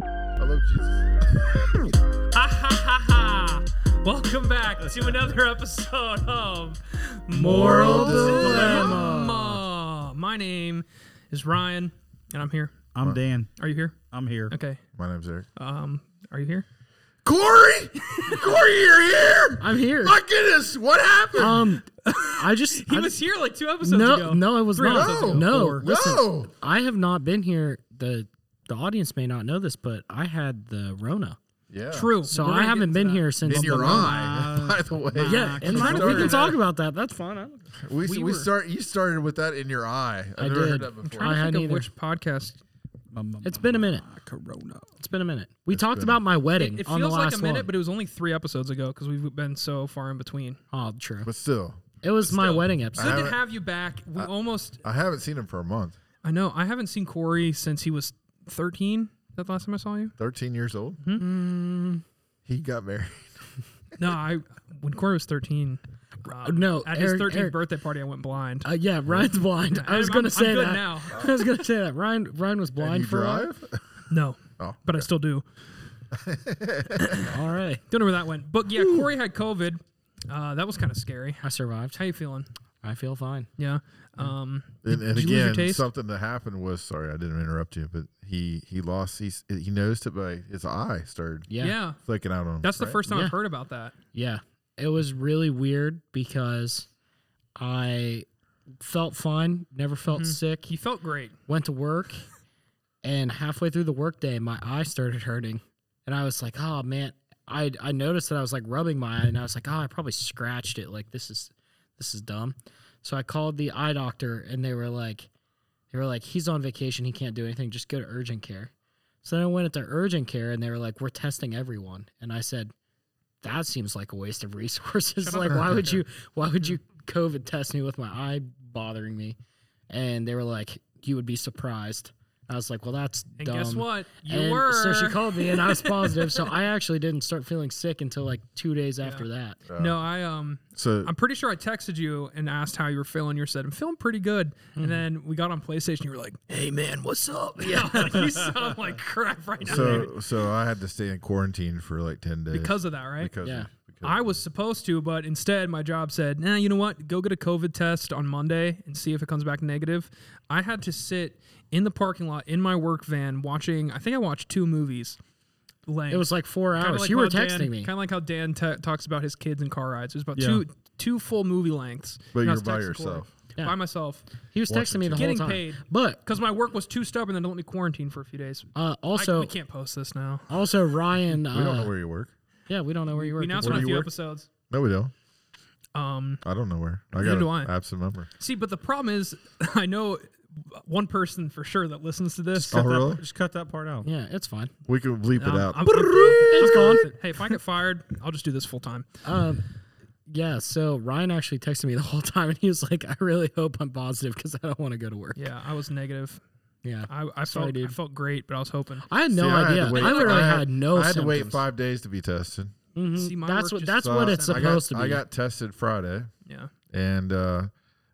love Jesus. Ha ha ha ha! Welcome back to another episode of Moral Dilemma. My name is Ryan, and I'm here. I'm Dan. Are you here? I'm here. Okay. My name's Eric. Um, are you here? Corey, Corey, you're here. I'm here. My goodness, what happened? Um, I just He I- was here like two episodes no, ago. no, I was Three not. episodes ago. No, Four. listen, No. I have not been here. the The audience may not know this, but I had the Rona, yeah, True. so We're I gonna haven't get been into here since. In the your Rona. eye, by the way. Yeah, and You mine- we started can that- talk about that. That's fine. I, don't- We, We we, were- start. You started with that in your eye. I've I never heard did. that before. that. I'm I trying to hadn't think of either. which podcast. It's been a minute. Ah, Corona. It's been a minute. We talked about my wedding It, it on the feels last like a minute, one. but it was only three episodes ago because we've been so far in between. oh, true. But still, It was my wedding episode. Good to haven't- have you back. We almost. I haven't seen him for a month. I know. I haven't seen Corey since he was 13. That last time I saw you. Thirteen years old. Hmm? Mm. He got married. No, I when Corey was thirteen. Ah. Rob, Uh, no, at his Eric- thirteenth Eric- birthday party, I went blind. Uh, yeah, Ryan's blind. I was I'm- gonna I'm say good that. now. I was gonna say that. Ryan Ryan was And blind you for a while. drive? No, Oh, but I still do. All right, Don't know where that went. But yeah, Corey had COVID. Uh, that was kind of scary. I survived. How you feeling? I feel fine. Yeah. Mm. Um, And, and Did you lose your again, taste? something that happened was sorry, I didn't interrupt you, but he he lost. He he noticed it by his eye started Yeah. yeah. flicking out on. him, That's the right? first time Yeah. I've heard about that. Yeah. It was really weird because I felt fine, never felt sick, He felt great. went to work, and halfway through the workday, my eye started hurting. And I was like, oh, man. I, I noticed that I was like rubbing my eye, and I was like, oh, I probably scratched it. Like, this is this is dumb. So I called the eye doctor, and they were like, they were like, he's on vacation. He can't do anything. Just go to urgent care. So then I went into urgent care, and they were like, we're testing everyone. And I said, that seems like a waste of resources. Shut up, like, why urgent would care. you, why would you COVID test me with my eye bothering me? And they were like, you would be surprised. I was like, well, that's And dumb. guess what? You And were. So she called me, and I was positive. so I actually didn't start feeling sick until like two days after that. No, I um, So I'm pretty sure I texted you and asked how you were feeling. You said I'm feeling pretty good, Mm-hmm. and then we got on PlayStation. You were like, "Hey man, what's up?" Yeah, I was like, you sound like crap right now. dude." so so I had to stay in quarantine for like ten days because of that, right? because Yeah. of- because I was supposed to, but instead my job said, nah, you know what? Go get a COVID test on Monday and see if it comes back negative. I had to sit in the parking lot in my work van watching, I think I watched two movies. Laying. It was like four Kinda hours. like you were how Dan- texting me. Kind of like how Dan ta talks about his kids and car rides. It was about Yeah. two two full movie lengths. But And I you're was by texting Corey. yourself. Yeah. By myself. He was texting me the whole Getting time. paid. But Because my work was too stubborn and let me quarantine for a few days. uh, I, also, we can't post this now. also Ryan. Uh, we don't know where you work. yeah, we don't know where you were. We announced it Where on a do you few work? episodes. No, we don't. Um, I don't know where. I Neither got do an I. absent member. See, but the problem is, I know one person for sure that listens to this. Oh, Cut that- really? Just cut that part out. yeah, it's fine. We can bleep Um, it out. I'm- I'm- It's gone. Hey, if I get fired, I'll just do this full time. Um, yeah. So Ryan actually texted me the whole time, and he was like, "I really hope I'm positive because I don't want to go to work." Yeah, I was negative. Yeah. I, I Sorry, felt I dude. felt great, but I was hoping. I had no See, I had to idea. I, wait- literally I had, no. I had to wait symptoms. five days to be tested. Mhm. See, my work that's what just that's So what it's I got- supposed I to be. got tested Friday, Yeah, and uh,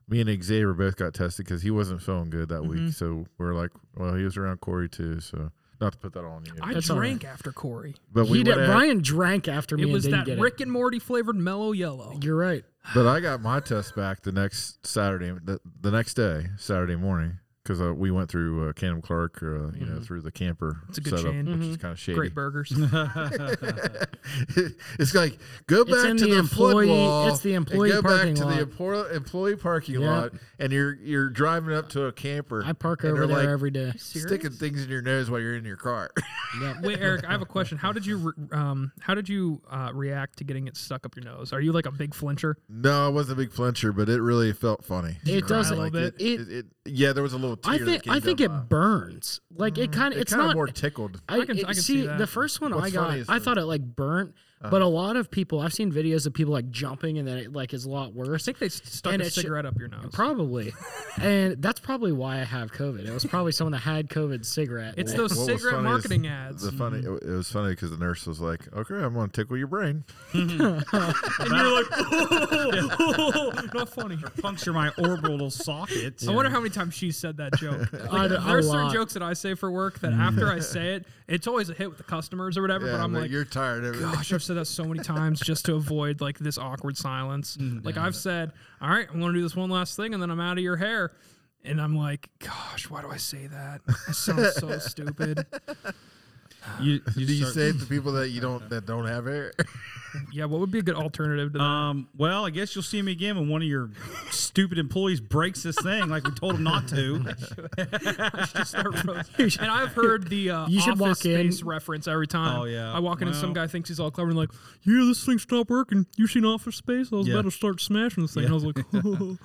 me and Xavier both got tested because he wasn't feeling good that Mm-hmm. week. So we're like, well, he was around Corey too. So not to put that on you, I That's all right. drank after Corey. but we he did. went ahead- Ryan drank after me It and was didn't that get Rick and Morty flavored mellow yellow. it. You're right. But I got my test back the next Saturday, the, the next day, Saturday morning, because uh, we went through uh, Canham Clark, uh, you Mm-hmm. know, through the camper a good setup, chain. which is kind of shady. Great burgers. it's like go It's back in to the the, employee- flood wall. it's the and employee Go back parking to the lot. employ- employee parking Yeah. lot, and you're you're driving up to a camper. I park and over they're there like every day. Serious? sticking things in your nose while you're in your car. Wait, Eric, I have a question. How did you re- um how did you uh, react to getting it stuck up your nose? Are you like a big flincher? no, I wasn't a big flincher, but it really felt funny. It I doesn't- liked it- It, it, yeah, there was a little tear. I that think came I think down it my- burns. Mm-hmm. Like it kind of. It It's kind of not more tickled. I, I can- it- I can see see, that. the first one What's I got, funny is I the- thought it like burnt, Uh. But a lot of people, I've seen videos of people like jumping and then it like is a lot I worse. think they s- stuck And a it sho- cigarette up your nose. Probably. and that's probably why I have COVID. It was probably someone that had COVID cigarette. it's the those What was cigarette funny is marketing ads. The funny, it was funny because the nurse was like, "Okay, I'm gonna tickle your brain." and you're like, not funny. Puncture my orbital socket. I wonder how many times she said that joke. Like, I- a there are certain lot. jokes that I say for work that after I say it, it's always a hit with the customers or whatever. but I'm like, "You're tired of it." gosh, I've said that so many times just to avoid like this awkward silence. Mm, Like I've said, all right, I'm going to do this one last thing, and then I'm out of your hair. And I'm like, gosh, why do I say that? I sound so stupid. you, you Do you start- say it to people that you don't that don't have hair? Yeah, what would be a good alternative to that? Um, well, I guess you'll see me again when one of your stupid employees breaks this thing like we told him not to. Just start roasting. and I've heard the uh, You should walk office space in. reference every time. Oh, yeah. I walk in and some Well- guy thinks he's all clever and like, yeah, this thing stopped working. You seen Office Space? I was Yeah. about to start smashing this thing. And I was like,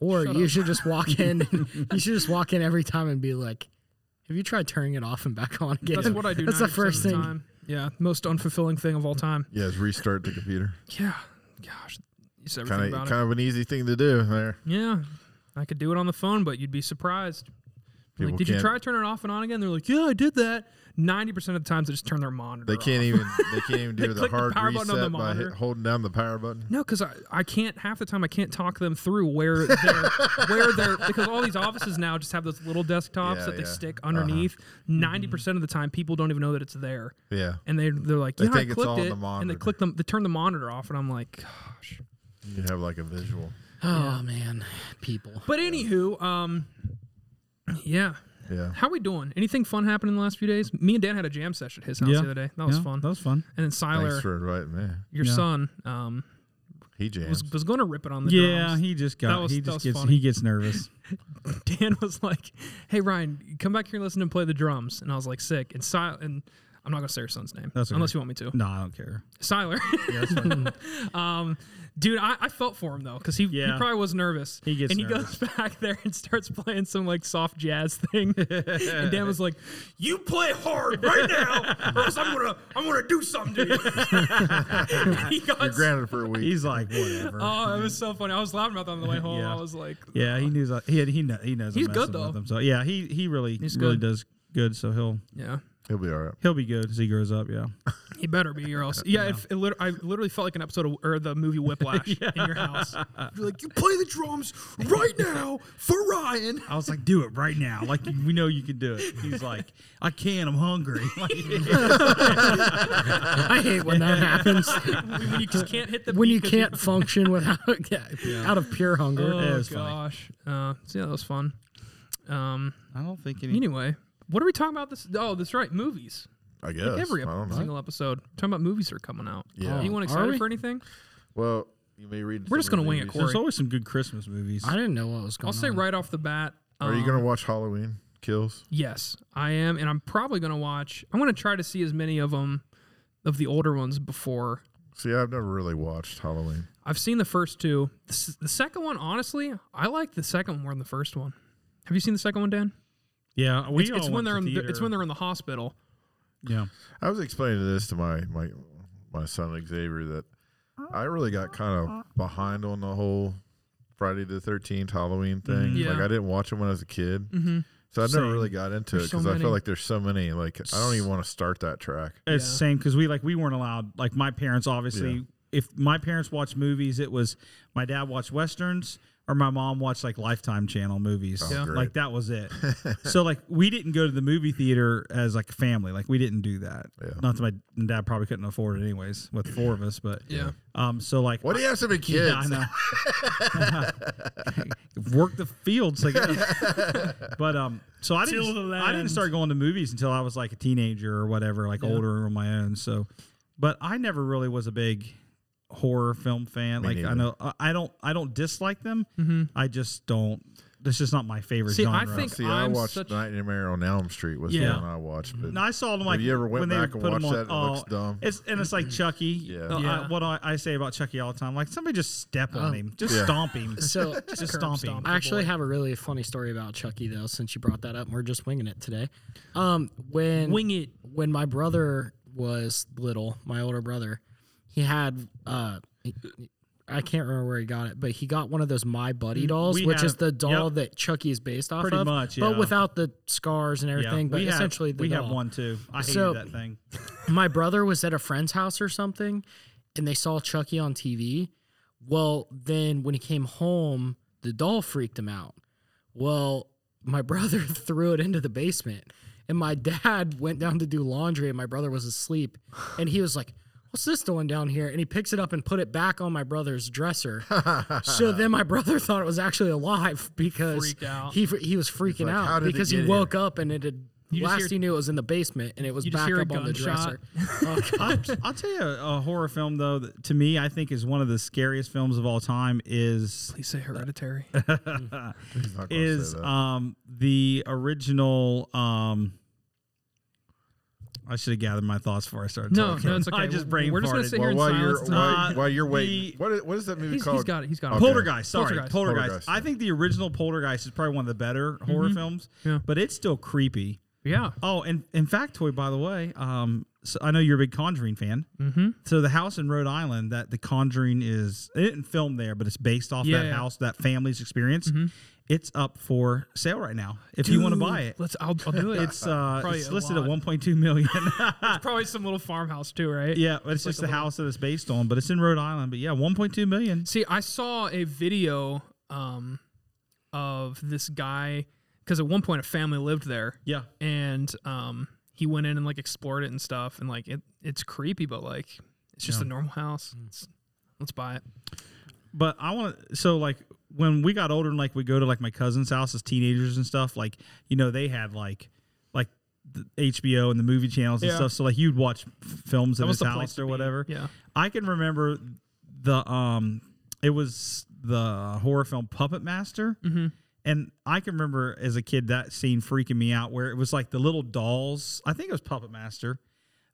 or you should just walk in you should just walk in every time and be like, Have you tried turning it off and back on again? that's what I do. That's the 90% first of the thing. Time. Yeah, most unfulfilling thing of all time. Yeah, it's restart the computer. Yeah, gosh, you said everything Kind of about kind of an easy thing to do there. it. Yeah, I could do it on the phone, but you'd be surprised. People like, did you can't- try turning it off and on again? They're like, yeah, I did that. Ninety percent of the times, they just turn their monitor. They off. can't even they can't even do the click the hard power button on the reset by hit, monitor. holding down the power button. No, because I, I can't half the time I can't talk them through where they're where they're because all these offices now just have those little desktops Yeah, that they yeah. Uh-huh. Mm-hmm. stick underneath. 90 percent of the time, people don't even know that it's there, Yeah, and they they're like, They yeah, I think it's clicked all on it, the and they monitor. click them, they turn the monitor off, and I'm like, gosh. you have like a visual. Oh man, people. But anywho, um, yeah. Yeah, How we doing? Anything fun happened in the last few days? Me and Dan had a jam session at his house Yeah. the other day. That was Yeah, fun. That was fun. and then thanks Siler, for inviting me. your Yeah. son, um, He jams. was was going to rip it on the drums. Yeah, he just got. That was- he that just was gets. funny. He gets nervous. Dan was like, "Hey Ryan, come back here and listen and play the drums." And I was like, "Sick." And si- and I'm not gonna say her son's name That's okay. unless you want me to. no, I don't care. Siler, um, dude, I, I felt for him though because he, Yeah. he probably was nervous. He gets and nervous. he goes back there and starts playing some like soft jazz thing. and Dan was like, "You play hard right now, or else I'm gonna I'm gonna do something to you." he got You're grounded for a week. He's like whatever. oh, it was so funny. I was laughing about that on the way home. Yeah. I was like, yeah, he knew. He had, he kno- he knows. I'm He's good, messing though. With him, so yeah, he he really He's really good. does good. So he'll "Yeah." He'll be all right. he'll be good as he grows up. Yeah. He better be, or else. Yeah, if, it lit- I literally felt like an episode of or the movie Whiplash in your house. You're like, you play the drums right now for Ryan. I was like, do it right now. Like we know you can do it. He's like, I can. I'm hungry. Like, I hate when that happens. when you just can't hit the When beat you 'cause can't function without out of pure hunger. Oh it was funny. gosh. Uh, so yeah, that was fun. Um. I don't think any. Anyway, what are we talking about? This. Oh, that's right. Movies. I guess Every I don't know. single episode. talking about movies that are coming out. Yeah. Anyone Are excited we? for anything? Well, you may read. We're just some of gonna the wing it, reviews. Corey. There's always some good Christmas movies. I didn't know what was going I'll on. say right off the bat. Are you um, gonna watch Halloween Kills? Yes, I am, and I'm probably gonna watch. I'm gonna try to see as many of them, of the older ones before See, I've never really watched Halloween. I've seen the first two. The, s- the second one, honestly, I like the second one more than the first one. Have you seen the second one, Dan? yeah, we It's, all it's when went to they're in the, it's theater. when they're in the hospital. yeah. I was explaining this to my my my son Xavier that I really got kind of behind on the whole Friday the Thirteenth Halloween thing. Mm-hmm. Yeah. Like I didn't watch it when I was a kid, Mm-hmm. so I never Same. really got into There's it so because I many. feel like there's so many. Like I don't even want to start that track. It's the Yeah. same because we like we weren't allowed. Like my parents, obviously, Yeah. if my parents watched movies, it was my dad watched westerns or my mom watched like Lifetime Channel movies. Yeah. great. Like that was it. so like we didn't go to the movie theater as like a family. Like we didn't do that. Yeah. Not that my dad probably couldn't afford it anyways with four of us. But Yeah. Um. So like What do you have to be kids? yeah, I know. Work the fields, I guess. but um, so I Till didn't. the I didn't land. start going to movies until I was like a teenager or whatever, like older on my own. So, but I never really was a big horror film fan. Me like I neither. Mm-hmm. know I- I don't. I don't dislike them. I just don't. That's just not my favorite See, I genre. think- See, i I'm watched such- Nightmare on Elm Street was Yeah. the one I watched. But And I saw them like you ever went when they back would and put 'em watched on, that? It looks oh, dumb. It's and it's like Chucky. Yeah. No, I- Yeah. what I, I say about Chucky all the time, like somebody just step on Um, him, just Oh. Yeah. stomp him, So just curb stomp him. stomp. I actually boy. have a really funny story about Chucky though, since you brought that up. and We're just winging it today. Um, when Wing it. when my brother was little, my older brother, he had uh he- I can't remember where he got it, but he got one of those My Buddy dolls, Mm, we which had is a- the doll yep. that Chucky is based off Pretty of, much, but yeah. without the scars and Yeah, everything. but we have- essentially, the we have doll. one too. I hated So- that thing. my brother was at a friend's house or something and they saw Chucky on TV. Well, then when he came home, the doll freaked him out. Well, my brother threw it into the basement and my dad went down to do laundry and my brother was asleep and he was like, What's this doing down here? And he picks it up and put it back on my brother's dresser. so then my brother thought it was actually alive because Freaked out. he fr- he was freaking like, "How out did it because he get here?" woke up and it had You just last hear- he knew it was in the basement and it was You just back hear a up on the gunshot. dresser. Oh, I'll, I'll tell you a, a horror film though. That, to me, I think is one of the scariest films of all time. Is Please say hereditary. He's not gonna say is uh, that. um the original um. I should have gathered my thoughts before I started. no, talking. no, it's okay. I just We're- brain We're just gonna farted. sit here well, in while you're silence. Uh, while, while you're waiting, the- what is, what is that movie He's- he's called? got it, he's got it. Okay. Poltergeist. Sorry, Poltergeist. Poltergeist. Poltergeist. I think the original Poltergeist is probably one of the better horror films, Mm-hmm. Yeah. but it's still creepy. yeah. Oh, and in fact, Toy, by the way, um, so I know you're a big Conjuring fan. Mm-hmm. So the house in Rhode Island that the Conjuring is, it didn't film there, but it's based off Yeah, that yeah. Mm-hmm. house, that family's experience. It's up for sale right now if you want to buy it. Let's. I'll, I'll do it. It's uh, Probably it's a listed lot. at 1.2 million. probably some little farmhouse too, right? yeah, but it's just the house that it's based on, but it's in Rhode Island. But yeah, 1.2 million. See, I saw a video um, of this guy because at one point a family lived there. Yeah, and um, he went in and like explored it and stuff, and like it, it's creepy, but like it's just a normal house. It's, let's buy it. But I want to. So like when we got older and like we go to like my cousin's house as teenagers and stuff. Like you know they had like like the HBO and the movie channels and Yeah. stuff. So like you'd watch f- films in was his the place house to or be. whatever. Yeah. I can remember the um it was the horror film Puppet Master. Mm-hmm. And I can remember as a kid that scene freaking me out where it was like the little dolls. I think it was Puppet Master.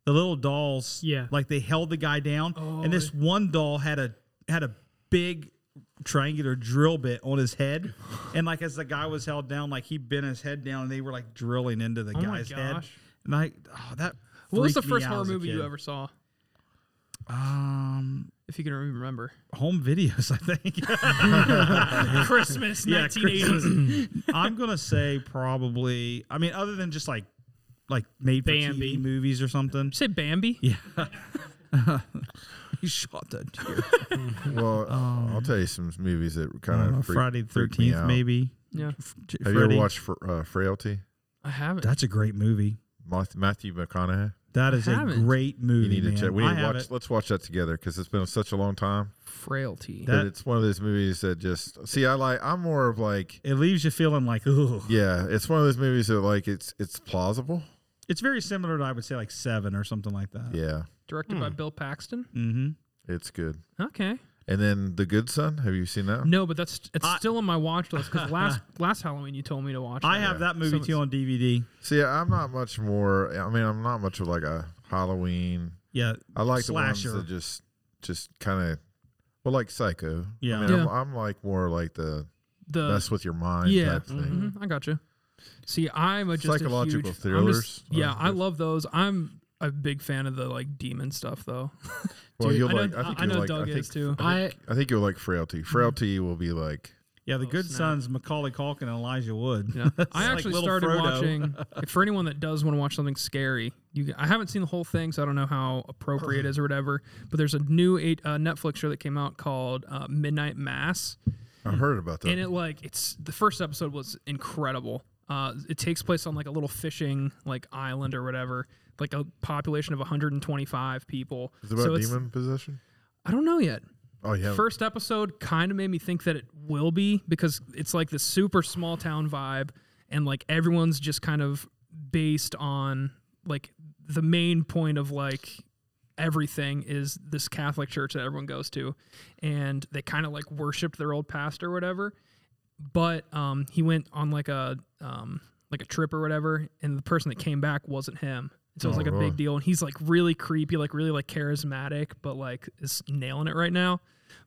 The little dolls, Yeah. Oh, like they held the guy down, and this one doll had a had a big triangular drill bit on his head, and like as the guy was held down, like he bent his head down, and they were like drilling into the Oh my guy's head. gosh. And I, oh, that What was the freaked me first out horror as a movie you kid. ever saw? Um, If you can remember, home videos. I think. Christmas Yeah, nineteen eighty. I'm gonna say probably. I mean, other than just like like made for Bambi. TV movies or something. Say Bambi. You shot that deer. Well, Um, I'll tell you some movies that I don't uh, kind know, of Friday the Thirteenth. Thirteenth, maybe. Yeah. F- J- Have you Freddy. ever watched Fr- uh, Frailty? I haven't. That's a great movie. Moth- Matthew McConaughey. That is a haven't. great movie. You need man. to check. We I need to have watch. it. Let's watch that together because it's been such a long time. Frailty. But That- it's one of those movies that just see. I like. I'm more of like. It leaves you feeling like, oh, Yeah, it's one of those movies that like it's it's plausible. it's very similar to I would say like Seven or something like that. Yeah, Directed by Bill Paxton. Mm-hmm. it's good. Okay. And then The Good Son. Have you seen that? No, but that's it's I- still on my watch list because last last Halloween you told me to watch. I it. have that movie So too on DVD. See, I'm not much more. I mean, I'm not much of like a Halloween. Yeah, I like the Slasher. ones that just just kind of well, like Psycho. Yeah. I mean, I'm, Yeah. I'm like more like the the mess with your mind yeah. type thing. Mm-hmm. Mhm, I got you. See, I'm a, just Psychological a huge, I'm thrillers uh, just, yeah, are I good. love those. I'm a big fan of the like demon stuff, though. Well, Dude, you'll I know, like. I think I, you'll know like. Doug I is think, too. Mm-hmm. I I think you'll like Frailty. Frailty will be like. yeah. The Good Oh, snap. Sons, Macaulay Culkin, and Elijah Wood. Yeah. I like actually little started Frodo. watching. if for anyone that does want to watch something scary, you can- I haven't seen the whole thing, so I don't know how appropriate it is or whatever. But there's a new eight, uh, Netflix show that came out called uh, Midnight Mass, I heard about that. Mm-hmm. and it like it's the first episode was incredible. Uh, it takes place on like a little fishing like island or whatever, like a population of 125 people. Is it about so it's, demon possession? I don't know yet. Oh yeah. First episode kind of made me think that it will be because it's like this super small town vibe and like everyone's just kind of based on like the main point of like everything is this Catholic church that everyone goes to and they kind of like worship their old pastor or whatever but um he went on like a um like a trip or whatever and the person that came back wasn't him. So it was Oh, like a really? big deal and he's like really creepy, like really like charismatic, but like is nailing it right now.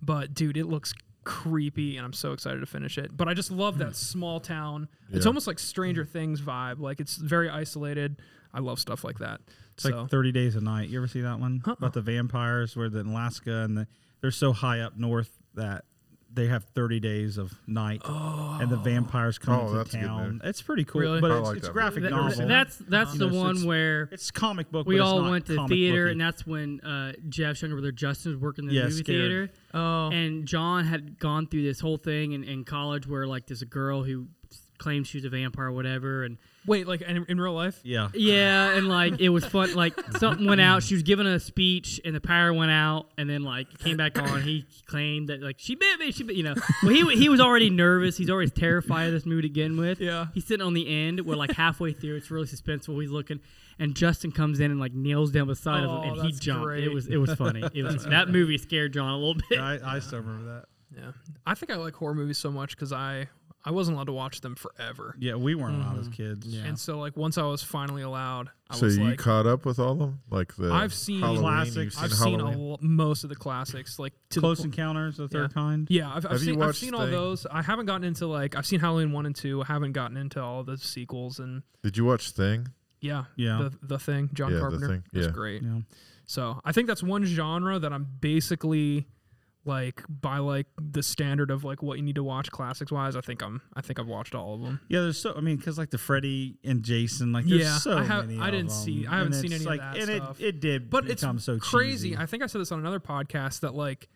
But dude, it looks creepy, and I'm so excited to finish it. But I just love that small town. It's Hmm. Yeah. Hmm. almost like Stranger Things vibe. Like it's very isolated. I love stuff like that. It's so like 30 Days a Night. You ever see that one? Uh-uh. About the vampires where the in Alaska and the, they're so high up north that they have 30 days of night and the vampires come Oh, to that's a good town. movie. It's pretty cool, Really? but I it's, like it's that graphic Th- novel. That's that's You the know, so one it's- where it's comic book. we but it's all not went to the comic theater, booky. and that's when uh, Jeff's younger brother Justin was working in the Yeah, movie scared. theater. oh And John had gone through this whole thing in, in college where like there's a girl who claims she's a vampire or whatever and wait, like in, in real life? yeah. yeah and like it was fun like something went out she was giving a speech and the power went out and then like it came back on he claimed that like she bit me she bit you know well he, he was already nervous he's always terrified of this movie to begin with Yeah. he's sitting on the end where like halfway through it's really suspenseful he's looking and justin comes in and like kneels down beside Oh, of him and he that's jumped great. it was it was funny it was that movie scared john a little bit I, I still remember that. Yeah, I think I like horror movies so much because I I wasn't allowed to watch them forever, Yeah, we weren't allowed Mm-hmm. as kids. Yeah. and so like once I was finally allowed, I So was you like, caught up with all of them? Like the I've seen Halloween, classics. You've seen I've seen a Halloween? l- most of the classics, like to Close the po- Encounters of the Yeah. Third Kind. Yeah, I've, I've Have you seen, I've watched seen all the- those. I haven't gotten into like I've seen Halloween one and two. I haven't gotten into all the sequels and Did you watch Thing? yeah, Yeah. the the thing John Yeah, The Carpenter Thing, is yeah. great. Yeah. So I think that's one genre that I'm basically like by like the standard of like what you need to watch classics wise. I think I'm I think I've watched all of them. Yeah, there's so I mean, because like the Freddy and Jason, like there's Yeah, so I have- many. I of didn't them. see- I haven't And seen any it's of like, that and stuff. It, it did, but it's become so crazy. cheesy. I think I said this on another podcast that like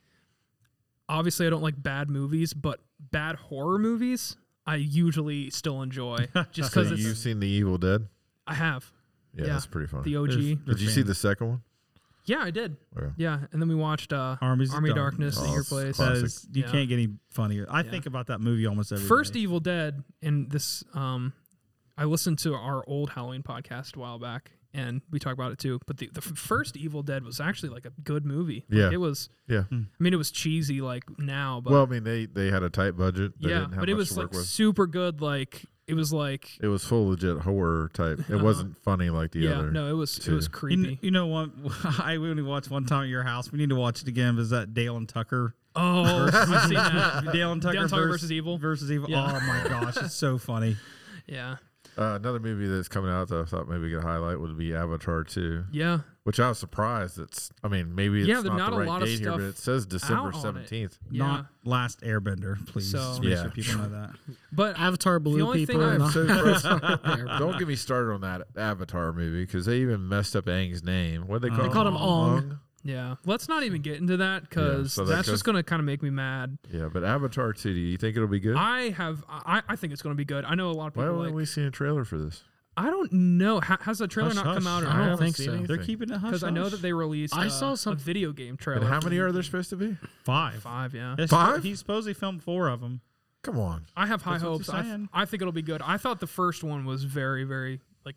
obviously I don't like bad movies, but bad horror movies I usually still enjoy just So because you've it's seen The Evil Dead? I have Yeah, Yeah. that's pretty funny. the OG. There's- Did you see the second one? yeah, I did. Okay. Yeah, and then we watched uh, Armies of Army of Darkness. Darkness Oh, at your it's place. classic. That is, you Yeah. can't get any funnier. I Yeah. think about that movie almost every First day. Evil Dead, and this um, I listened to our old Halloween podcast a while back, and we talked about it too. But the, the f- first Evil Dead was actually like a good movie. Like, Yeah. it was. Yeah. I mean, it was cheesy like now, but well, I mean, they they had a tight budget. They yeah, didn't have but it much was to like work with. super good. Like it was like It was full legit horror type. It wasn't funny like the Uh-huh. yeah, other. no, it was two. it was You You kn- creepy. You, know what? I we only watched one time at your house. We need to watch it again. Is that Dale and Tucker? oh, I've seen that. Dale and Tucker, Dale and Tucker vers- versus Evil? Versus Evil. Yeah. Oh my gosh, it's so funny. Yeah, Uh, another movie that's coming out that I thought maybe we could highlight would be Avatar 2, yeah. which I was surprised. It's, I mean, maybe it's Yeah, there's not, not the a right lot of date here, stuff but it says December out on it. 17th. Yeah. Not Last Airbender, please. So- Just make Yeah. sure people know that. But Avatar the blue only thing people. I- and all- So gross. They're- Don't get me started on that Avatar movie because they even messed up Aang's name. What did they call They called him Ong. yeah, let's not even get into that because so that that's goes- just gonna kind of make me mad. Yeah, but Avatar 2, do you think it'll be good? I have. I, I think it's going to be good. I know a lot of Why people haven't like. we seen a trailer for this? I don't know. Ha- has the trailer Hush, not come out? hush. Or I don't haven't think seen so. anything. They're keeping it hush. because I know that they released. I uh, saw some- a video game And trailer. how many are there supposed to be? five. Five. Yeah. It's- Five? He supposedly filmed four of them. Come on. I have high That's what hopes. you're I, th- saying. I think it'll be good. I thought the first one was very, very like.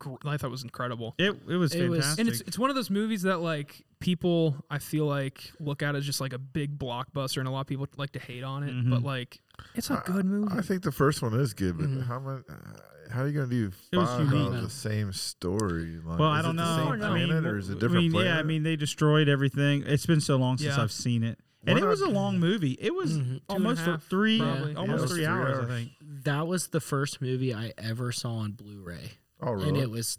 Gr- I thought it was incredible. It it was It was- fantastic. And it's it's one of those movies that like people I feel like look at as just like a big blockbuster, and a lot of people like to hate on it. But like, it's a good movie. I think the first one is good, but how much? How are you going to do It was five unique. of the same story? Like, well, is I it don't the know. Same I planet mean, or is it I different mean, planet? Yeah, I mean, they destroyed everything. It's been so long since Yeah. Mm-hmm. I've seen it, and it What was I- a long movie. It was almost a for half, three, probably. almost Yeah, it was three, three hours, hours. I think. that was the first movie I ever saw on Blu-ray, oh, and really? it was,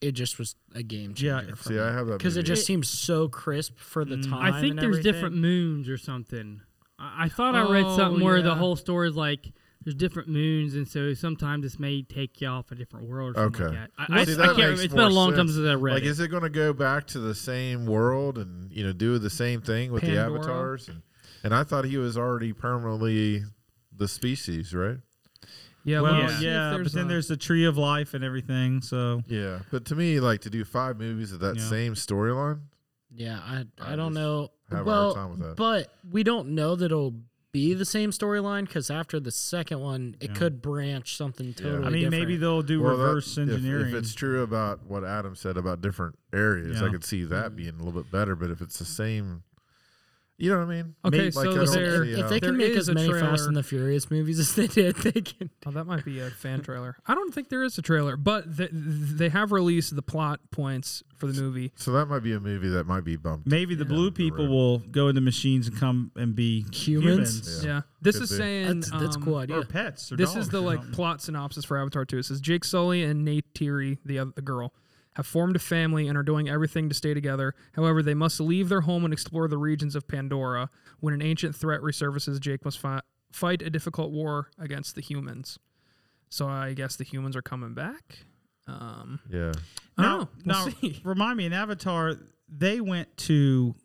it just was a game Yeah, changer. See, I have that because it movie. just seems so crisp for the time. I think and there's everything. different moons or something. I, I thought I read Oh, something where yeah. the whole story is like there's different moons, and so sometimes this may take you off a different world. Or something Okay. Like that. I, I, See, I that can't. makes remember. It's more been a long time sense. since I read Like, it. is it going to go back to the same world and you know do the same thing with the Pandora. avatars? And, and I thought he was already permanently the species, right? yeah. Well, let me yeah, see if but then a- there's the Tree of Life and everything. So Yeah, but to me, like to do five movies of that Yeah. same storyline, Yeah, I I, I don't just know. have a hard well, time with that. but we don't know that it'll be the same storyline because after the second one, it Yeah. could branch something totally. I mean, maybe different. they'll do Well, that- reverse if- engineering. If, it's true about what Adam said about different areas, I Yeah. could see that being a little bit better. But if it's the same You know what I mean? Okay, Maybe, so I don't there- see if how- they There can make is as a many Fast trailer. and the Furious movies as they did, they can. Oh, that might be a fan trailer. I don't think there is a trailer, but th- they have released the plot points for the movie. so that might be a movie that might be bumped. Maybe the blue people will go in the machines and come and be Humans? humans. Yeah, Yeah, this could is be. saying That's, that's a um, cool idea. or pets. Or This is dogs the or like something. plot synopsis for Avatar 2. It says Jake Sully and Nate Teary, the other the girl, have formed a family and are doing everything to stay together. However, they must leave their home and explore the regions of Pandora. When an ancient threat resurfaces, Jake must fi- fight a difficult war against the humans. So I guess the humans are coming back. Um, Yeah. I Now- don't know. We'll now, see. remind me in Avatar they went to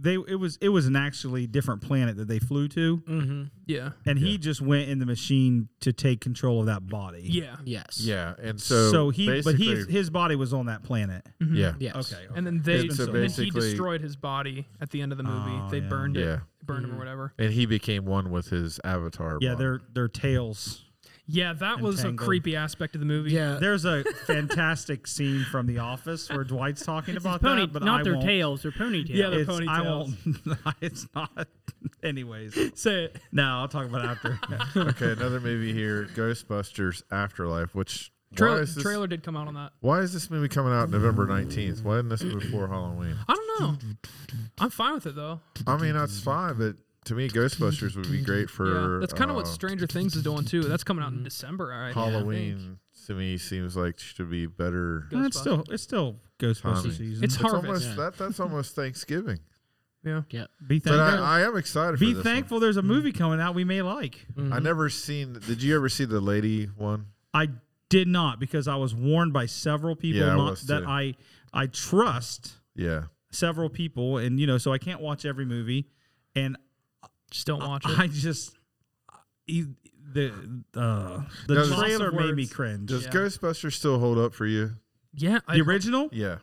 they it was it was an actually different planet that they flew to mm-hmm. Yeah. and he just went in the machine to take control of that body. Yeah. Yes. Yeah. And so, he but he basically- his body was on that planet. Mhm. yeah. Yes. Okay. And then they, And so and then he basically- destroyed his body at the end of the movie. Oh, they yeah. burned it, Yeah. burned him or whatever. And he became one with his avatar. yeah, body. their their tails. Yeah, that was a Entangled. creepy aspect of the movie. Yeah. There's a fantastic scene from The Office where Dwight's talking about Pony, that, but not I their won't. tails, their ponytails. Yeah, their It's, I ponytails. won't. it's not. Anyways, Say it. no, I'll talk about it after. okay, another movie here, Ghostbusters Afterlife, which why Trailer, is this, trailer did come out on that. Why is this movie coming out November nineteenth? Why isn't this before Halloween? I don't know. I'm fine with it though. I mean, that's fine, but to me, Ghostbusters would be great for. yeah, that's kind of what uh, Stranger Things is doing too. That's coming out in December. I think. Halloween to me seems like should be better. Ghostbusters. it's still it's still Tommy. Ghostbusters season. It's It's harvest. almost Yeah. that. That's almost Thanksgiving. Yeah. Yeah. be But thankful. I, I am excited. be for this one. thankful. There's a movie coming out we may like. I Mm-hmm. never seen. Did you ever see the lady one? I did not because I was warned by several people Yeah, I not, was that too. I I trust Yeah. several people, and you know, so I can't watch every movie, and Just don't watch it. I just e- the uh, the Does- trailer Lots of made me words. cringe. Does Yeah. Ghostbusters still hold up for you? yeah. I, the original? Yeah.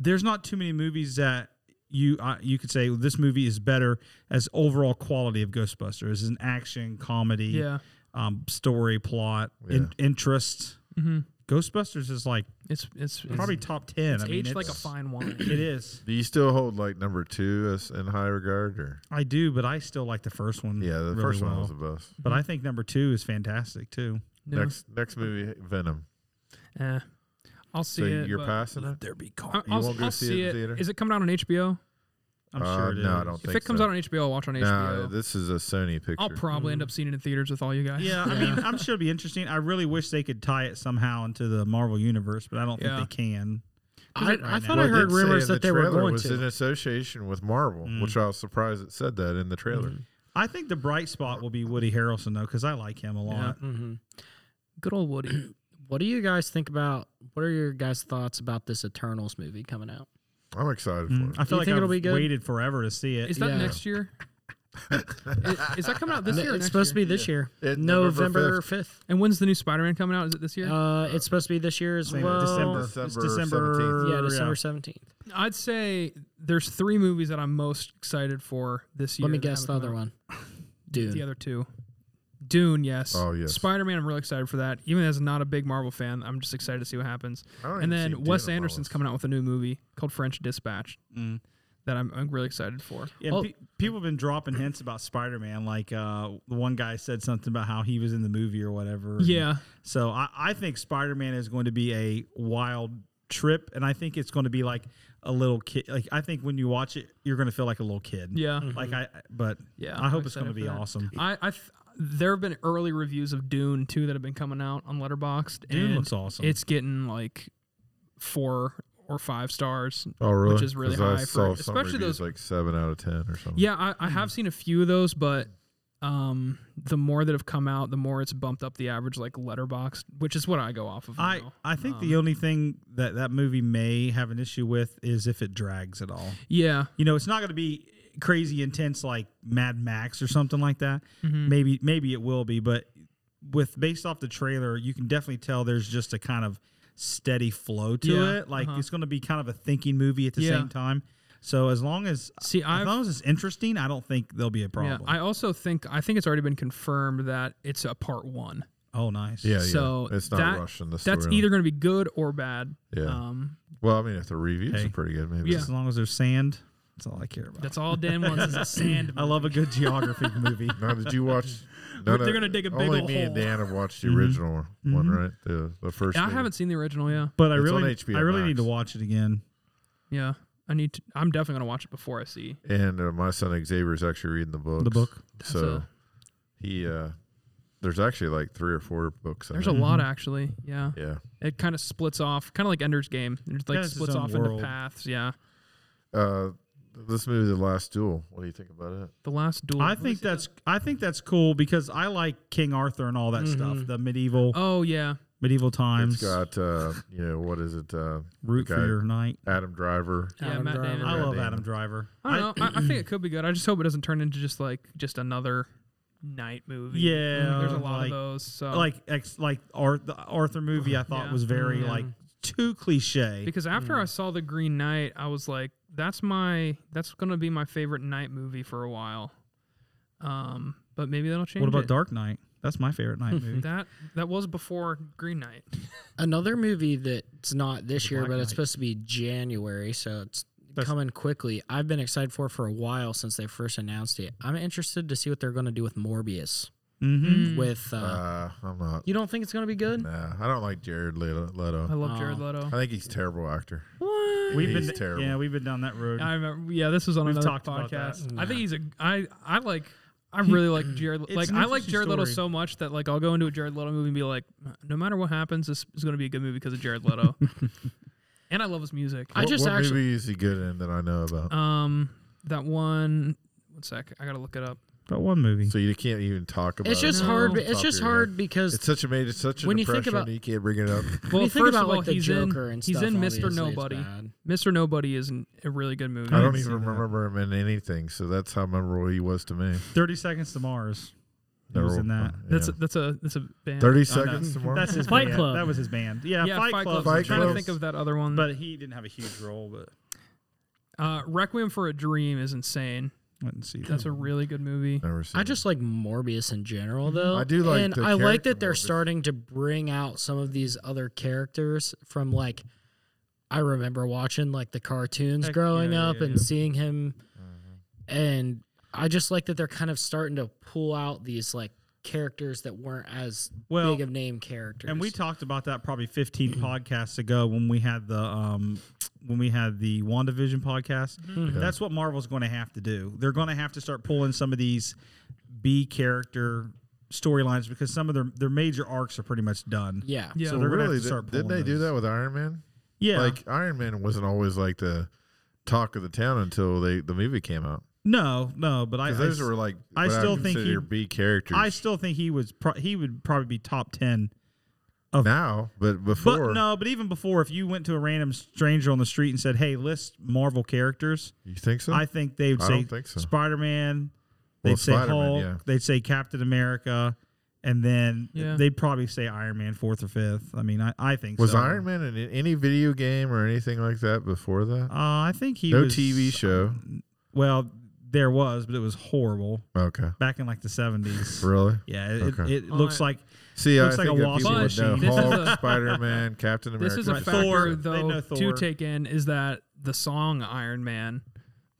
There's not too many movies that you uh, you could say this movie is better as overall quality of Ghostbusters is an action comedy, Yeah. um, story plot, in- interest. Mhm. Ghostbusters is like It's it's, it's probably top ten. it's I mean, aged like a it's- fine wine. It is. Do you still hold like number two as in high regard or? I do, but I still like the first Mm, one. Yeah, the really first well. one was the best. But I think number two is fantastic too. Yeah. Next next movie, Venom. Eh. I'll see so it. you're but passing it. There be I- calm. You I'll, won't go I'll see it see in it. theater? Is it coming out on HBO? I'm Uh, sure it is. no, I don't If think it comes so. out on HBO, I'll watch it on Nah, HBO. this is a Sony picture. I'll probably end up seeing it in theaters with all you guys. Mm. Yeah, I mean, I'm sure it'd be interesting. I really wish they could tie it somehow into the Marvel universe, but I don't Yeah. think they can. I, it I right thought Well, I it heard did say rumors in the that they were trailer going was to. in association with Marvel, Mm. which I was surprised it said that in the trailer. I think the bright spot will be Woody Harrelson though, because I like him a lot. Mm-hmm. hmm Good old Woody. What do you guys think about? What are your guys' thoughts about this Eternals movie coming out? I'm excited Mm, for I it. feel you like think I've it'll be good? waited forever to see it. Is that Yeah. next year? is, is that coming out this N- year? or it's next supposed year? to be this year, It- November November fifth. And when's the new Spider-Man coming out? Is it this year? Uh, it's supposed to be this year as Same- well. December. It's December December. Yeah, December seventeenth. I'd say there's three movies that I'm most excited for this year. Let me that guess the haven't other come out. one. Dune. The other two. Dune, yes. Oh, yes. Spider-Man, I'm really excited for that. Even as not a big Marvel fan, I'm just excited to see what happens. I don't And even see then Dune Wes on my Anderson's list. coming out with a new movie called French Dispatch Mm. that I'm, I'm really excited for. Yeah, Oh, pe- people have been dropping hints about Spider-Man. Like uh, the one guy said something about how he was in the movie or whatever. Mm. and- yeah. So I, I think Spider Man is going to be a wild trip, and I think it's going to be like a little kid. Like I think when you watch it, you're going to feel like a little kid. Yeah. Mm-hmm. Like I, but Yeah, I hope I'm it's going to excited be for that. awesome. I, I th- there have been early reviews of Dune too that have been coming out on Letterboxd. Dune and looks awesome. It's getting like four or five stars. Hmm. Oh, really? Which is really 'Cause high I for- saw some especially reviews, those- like seven out of ten or something. Yeah, I, I have seen a few of those, but um, the more that have come out, the more it's bumped up the average like Letterboxd, which is what I go off of. I, now. I think the only thing that that movie may have an issue with is if it drags at all. yeah, You know, it's not going to be crazy intense like Mad Max or something like that. Mm-hmm. Maybe maybe it will be, but with based off the trailer, you can definitely tell there's just a kind of steady flow to Yeah, it. Like uh-huh. it's going to be kind of a thinking movie at the Yeah. same time. So as long as See, I've- as long as it's interesting, I don't think there'll be a yeah. problem. I also think I think it's already been confirmed that it's a part one. oh, nice. yeah, yeah. so it's not that- rushing. The That's storyline. either going to be good or bad. Yeah. Um, Well, I mean, if the reviews Hey. are pretty good, maybe. Yeah. As long as there's sand, That's all I care about. That's all Dan wants is a sand. I love a good geography movie. Now, did you watch? No, They're gonna dig a big Only ol' me and hole. Dan have watched the original one, right? The the first. I movie. haven't seen the original. Yeah, But I It's on really, HBO I really need to Max. watch it again. yeah. I need to. I'm definitely gonna watch it before I see. And uh, my son Xavier is actually reading the book. The book. So a- he uh, there's actually like three or four books. In There's a it. lot Mm-hmm. actually. Yeah, yeah. it kind of splits off, kind of like Ender's Game. It like Yeah, it's its splits own off world. into paths. Yeah, Uh, this movie, The Last Duel. What do you think about it? the last duel. I think that's I think that's cool because I like King Arthur and all that stuff, the medieval Oh yeah, medieval times. It's got uh, you know, what is it? Uh, Root Okay. for your knight. Adam Driver. yeah. Adam Matt Driver. Damon. I Matt love Damon. Adam Driver. I don't know. I, I think it could be good. I just hope it doesn't turn into just like just another night movie. Yeah, there's a lot like- of those. So like ex, like Ar- the Arthur movie I thought Yeah. was very like too cliche. because after Mm. I saw the Green Knight, I was like, that's my that's gonna be my favorite night movie for a while. Um, but maybe that'll change. what about it. Dark Knight? That's my favorite night movie. That that was before Green Knight. Another movie that's not this year, Black but Knight. it's supposed to be January, so it's That's- coming quickly. I've been excited for it for a while since they first announced it. I'm interested to see what they're going to do with Morbius. hmm With uh, Uh, I'm not. you don't think it's going to be good? Nah, I don't like Jared Leto. I Leto. love Oh. Jared uh, Leto. I think he's a terrible actor. What? We've He's been terrible. yeah, we've been down that road. I remember. Yeah, this was on We've another talked about that. podcast. I think he's a. I I like. I really like Jared. It's Like an I like interesting Jared Leto story. so much that like I'll go into a Jared Leto movie and be like, no matter what happens, this is going to be a good movie because of Jared Leto. and I love his music. I what, just what actually- movie is he good in that I know about? um that one. One sec, I gotta look it up. But one movie. so you can't even talk about. It's it just off hard. the No. It's top of just your head. hard because It's such a made. It's such an When you think impression. about- you can't bring it up. Well, when you first think about of all, like the he's Joker in. and he's stuff, in Mr. obviously, it's Nobody. bad. Mr. Nobody is an, a really good movie. I don't didn't see even that. remember him in anything, so that's how memorable he was to me. Thirty Seconds to Mars. He was in that. That's Yeah. a, that's a that's a band. thirty I know. seconds tomorrow. That's his Fight band. Club. That was his band. Yeah, yeah, Fight, Club. Fight I'm trying to Club. think of that other one. But he didn't have a huge role. But uh, Requiem for a Dream is insane. I didn't see that. That's a really good movie. Never seen. I it. just like Morbius in general, though. I do like and the I like character that they're Morbius. starting to bring out some of these other characters from like. I remember watching like the cartoons Heck, growing yeah, up yeah, and yeah. seeing him, and I just like that they're kind of starting to pull out these like characters that weren't as Well, big of name characters. And we talked about that probably 15 podcasts ago when we had the um when we had the WandaVision podcast. Mm-hmm. That's what Marvel's going to have to do. They're going to have to start pulling some of these B character storylines because some of their their major arcs are pretty much done. yeah, Yeah. So they're going to really have to start did, pulling not they do those. that with Iron Man? Yeah. Like Iron Man wasn't always like the talk of the town until they the movie came out. no, no, but I 'Cause I those s- were like I what still would think consider he- your B characters. I still think he was pro- he would probably be top 10 now, but But before no, but even before, if you went to a random stranger on the street and said, "Hey, list Marvel characters," you think so? I think they would I say don't think so. Spider Man. They'd Well, say Spider-Man, Hulk. yeah. They'd say Captain America, and then Yeah. they'd probably say Iron Man fourth or fifth. I mean, I, I think was so. Iron Man in any video game or anything like that before that? Uh, I think he no was um, TV show. Well, there was, but it was horrible Okay, back in like the seventies. really? Yeah, it, Okay. it looks like See, I Looks like think a that people would washing know machine. This is a- Hulk, Spider Man, Captain America. This is a Right. factor, Thor, they though, know to Thor. take in is that the song Iron Man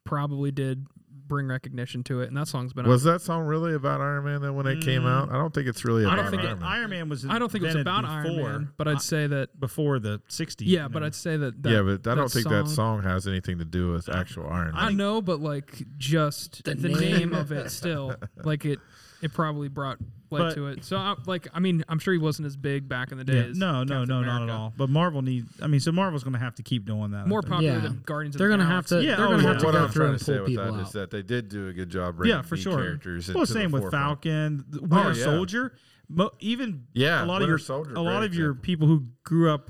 probably did bring recognition to it, and that song's been. was that song really about Iron Man then when it came out? I don't think it's really I about don't think Iron it, Man. Iron Man was. I don't think it was invented about Iron before, uh, Man, but I'd say that. before the sixties. Yeah, but I'd say that. that yeah, but I don't think that song- song has anything to do with actual Iron Man. I know, but like just the, The name. name. of it still, like it, it probably brought light But- to it. So, I, like, I mean, I'm sure he wasn't as big back in the Yeah. days. No, no, no, not at all. But Marvel needs. I mean, so Marvel's going to have to keep doing that. I More think. popular Yeah. than Guardians. They're of the gonna have Galaxy. to- Yeah, they're oh, gonna yeah. have to what go I'm through trying and to say pull with people that is out. that they did do a good job bringing yeah, for B sure. characters. Well, into the same with forefront. Oh, Falcon, th- Winter yeah. Soldier. Mo- even Yeah, a lot of Winter your Soldier, a lot great of your example. people who grew up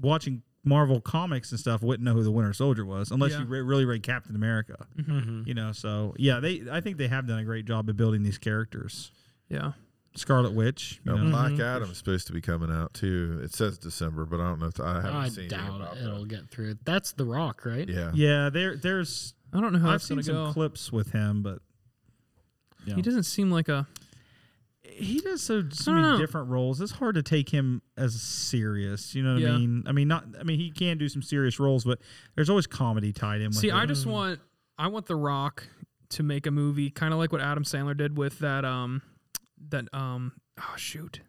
watching Marvel comics and stuff wouldn't know who the Winter Soldier was unless Yeah. you re- really read Captain America. Mm-hmm. Mm-hmm. You know, so yeah, they I think they have done a great job of building these characters. Yeah. Scarlet Witch, you Now, know. Black Adam's supposed to be coming out too. It says December, but I don't know. If, I haven't I seen anything about doubt that. it'll get through. That's The Rock, right? Yeah. yeah, there there's I don't know how I've that's seen gonna some go. clips with him, but yeah. He doesn't seem like a. he does so, so I don't many know. different roles. It's hard to take him as serious. You know what Yeah. I mean? I mean, not. I mean, he can do some serious roles, but there's always comedy tied in. With See, it. I just want I want The Rock to make a movie kind of like what Adam Sandler did with that um that um oh shoot.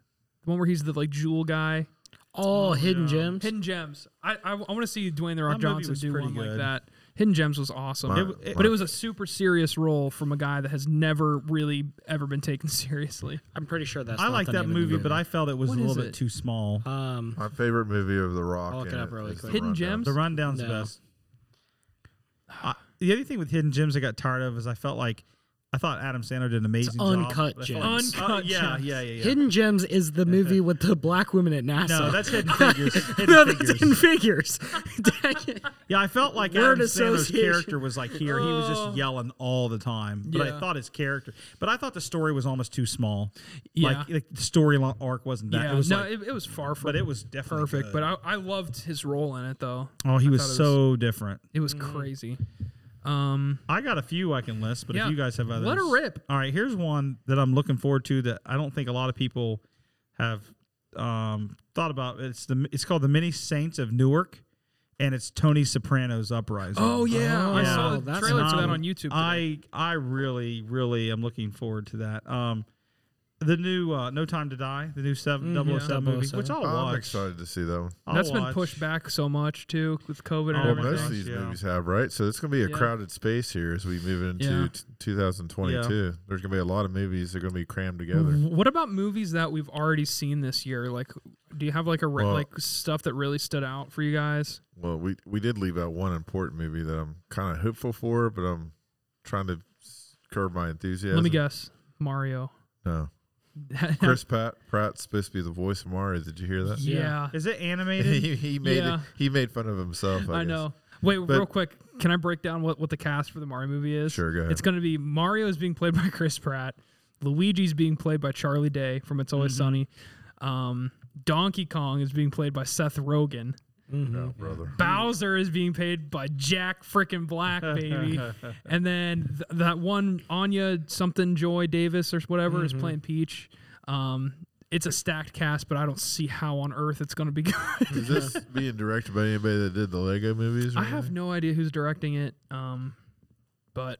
The one where he's the like jewel guy. Oh, hidden yeah. gems. Hidden Gems. I I, want to see Dwayne The Rock That movie Johnson was do pretty one like good. that. Hidden Gems was awesome. It w- it- but it was a super serious role from a guy that has never really ever been taken seriously. I'm pretty sure that's. I not like the that name of the movie, but I felt it was What a is little it? bit too small. Um, My favorite movie of The Rock. I'll look it in up really is The quick. Hidden Rundown. Gems? The rundown's No. best. I, the other thing with hidden gems I got tired of is I felt like I thought Adam Sandler did an amazing job. uncut I felt- gems. Uh, Uncut yeah, gems. yeah, yeah, yeah. Hidden Gems is the movie with the black women at NASA. no, that's hidden figures. Hidden no, that's figures. Hidden Figures. Dang it. Yeah, I felt like Word Adam Sandler's association. character was like here. He was just yelling all the time. But Oh. Yeah. I thought his character, but I thought the story was almost too small. Like, Yeah. like the story lo- arc wasn't that. yeah, it was no, like, it, it was far from but it was definitely perfect. good. But I, I loved his role in it though. oh, he I was, thought it so different. It was Mm-hmm. crazy. Um, I got a few I can list, but Yeah. if you guys have others, Let her rip. All right, here's one that I'm looking forward to that I don't think a lot of people have um, thought about. It's the it's called the Many Saints of Newark, and it's Tony Soprano's Uprising. oh yeah, I yeah. saw Oh, the that's trailer to that Um, on YouTube. today. I I really really am looking forward to that. Um, the new uh, No Time to Die, the new seven, 007 movie, 007. which I'll watch. I'm excited to see that one. I'll Mm, That's been watch. pushed back so much too with COVID and Oh, Well, everything. most gosh, of these yeah. movies have, right? So it's going to be a Yeah. crowded space here as we move into Yeah. t- 2022. There's going to be a lot of movies that are going to be crammed together. What about movies that we've already seen this year? Like, do you have like a re- Well- like stuff that really stood out for you guys? Well, we we did leave out one important movie that I'm kind of hopeful for, but I'm trying to s- curb my enthusiasm. Let me guess, Mario. No, Chris Pat Pratt's supposed to be the voice of Mario. Did you hear that? yeah, Is it animated? he, he made Yeah. it, he made fun of himself. I, I guess. know. Wait, But- real quick, can I break down what, what the cast for the Mario movie is? Sure, go ahead. It's going to be Mario is being played by Chris Pratt, Luigi's being played by Charlie Day from It's Always Sunny, um, Donkey Kong is being played by Seth Rogen, No, brother. Bowser is being paid by Jack frickin' Black, baby. and then th- that one Anya something Joy Davis or whatever Mm-hmm. is playing Peach. Um, it's a stacked cast, but I don't see how on earth it's going to be good. Is this being directed by anybody that did the Lego movies? or I have anything? no idea who's directing it, um, but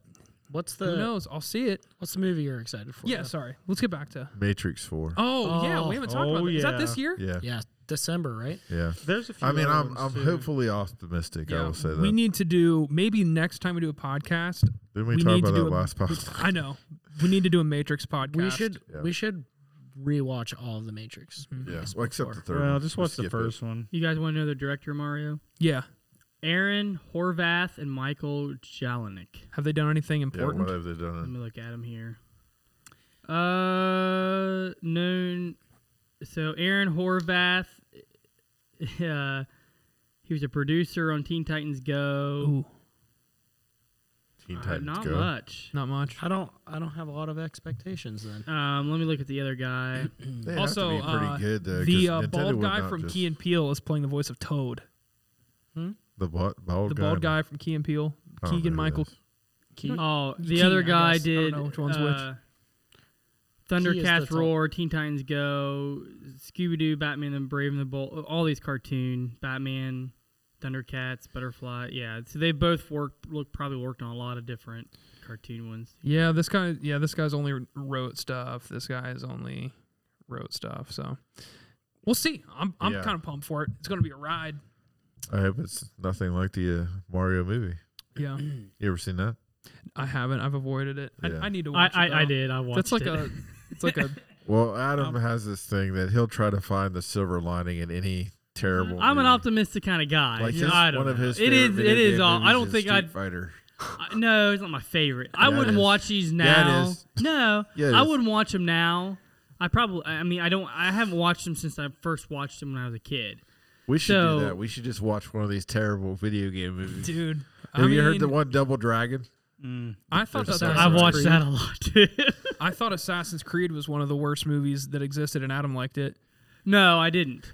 What's who the knows? I'll see it. What's the movie you're excited for? Yeah, sorry. Let's get back to. Matrix Four. Oh, yeah, Oh, we haven't talked about oh, that. Is that yeah. this year? Yeah, Yeah, December, right? yeah. There's a few. I mean, other I'm ones, I'm too. hopefully optimistic. I will say that. We need to do maybe next time we do a podcast. Didn't we, we talk need to about do that a- last podcast? I know we need to do a Matrix podcast. We should Yeah. we should rewatch all of the Matrix. Yeah, well, except the third. Well, one. just We'll watch the skip it. first one. You guys want to know the director of Mario? Yeah. Aaron Horvath and Michael Jelinek. Have they done anything Yeah, important? what have they Let done? me look at him here. Uh, known. So Aaron Horvath, uh, he was a producer on Teen Titans Go. Ooh, Teen Uh, Titans not Go. much. not much. I don't I don't have a lot of expectations then. Um, let me look at the other guy. They also, have to be pretty uh, good though. the 'cause uh, Nintendo bald would guy not from just- Key and Peele is playing the voice of Toad. the bald, bald The guy, oh, bald guy from Key and Peele, I don't know Keegan who Michael. that is. Key, Oh, the Key, I other guy guess. I don't did. know which one's which. uh, Key is the Thundercats top. Roar, Teen Titans Go, Scooby Doo, Batman the Brave and the Bold, all these cartoon Batman, Thundercats, Butterfly. Yeah, so they both worked, look probably worked on a lot of different cartoon ones. Yeah, this guy. Yeah, this guy's only wrote stuff. This guy's only wrote stuff. So we'll see. I'm I'm Yeah. kind of pumped for it. It's gonna be a ride. I hope it's nothing like the uh, Mario movie. Yeah, You ever seen that? I haven't. I've avoided it. Yeah. I, I need to I, watch it. I, I though. did. I watched. That's like it. a. It's like a. Well, Adam has this thing that he'll try to find the silver lining in any terrible. I'm an movie. optimistic kind of guy. Like his, I don't one of know. his. It is. favorite It video is. game All, movies I don't is think Street I'd. Fighter. I- Uh, no, it's not my favorite. I Yeah, it wouldn't is. watch these Yeah, it now. is. No, Yeah, it I is. wouldn't watch them now. I probably. I mean, I don't. I haven't watched them since I first watched them when I was a kid. We should So- do that. We should just watch one of these terrible video game movies. Dude, I Have you heard mean, the one Double Dragon? I thought that Assassin's I've Assassin's watched Creed- that a lot too. I thought Assassin's Creed was one of the worst movies that existed, and Adam liked it. no, I didn't.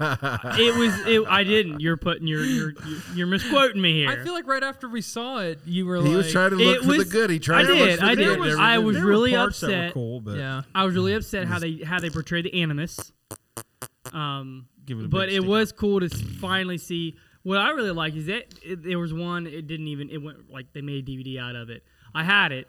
it was. It, I didn't. You're putting. You're. You're. You're misquoting me here. I feel like right after we saw it, you were He like, was trying to look it for was- the good. He tried I to did, look for I the did. good. and I everything. was There were really parts that were upset. cool, but yeah, I was really upset how they how they portrayed the animus. Um, Give it a but big it stick. was cool to s- finally see What I really like is that it, there was one. It didn't even. It went like they made a DVD out of it. I had it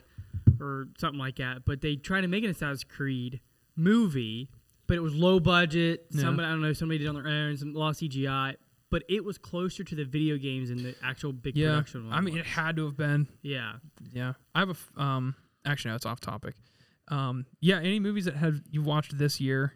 or something like that. But they tried to make an Assassin's Creed movie, but it was low budget. Yeah. Somebody I don't know. Somebody did it on their own. Some lost CGI. But it was closer to the video games than the actual big Yeah, production. one I mean, was. it had to have been. yeah. Yeah, I have a f- um. Actually, no, it's off topic. Um, yeah, any movies that have you watched this year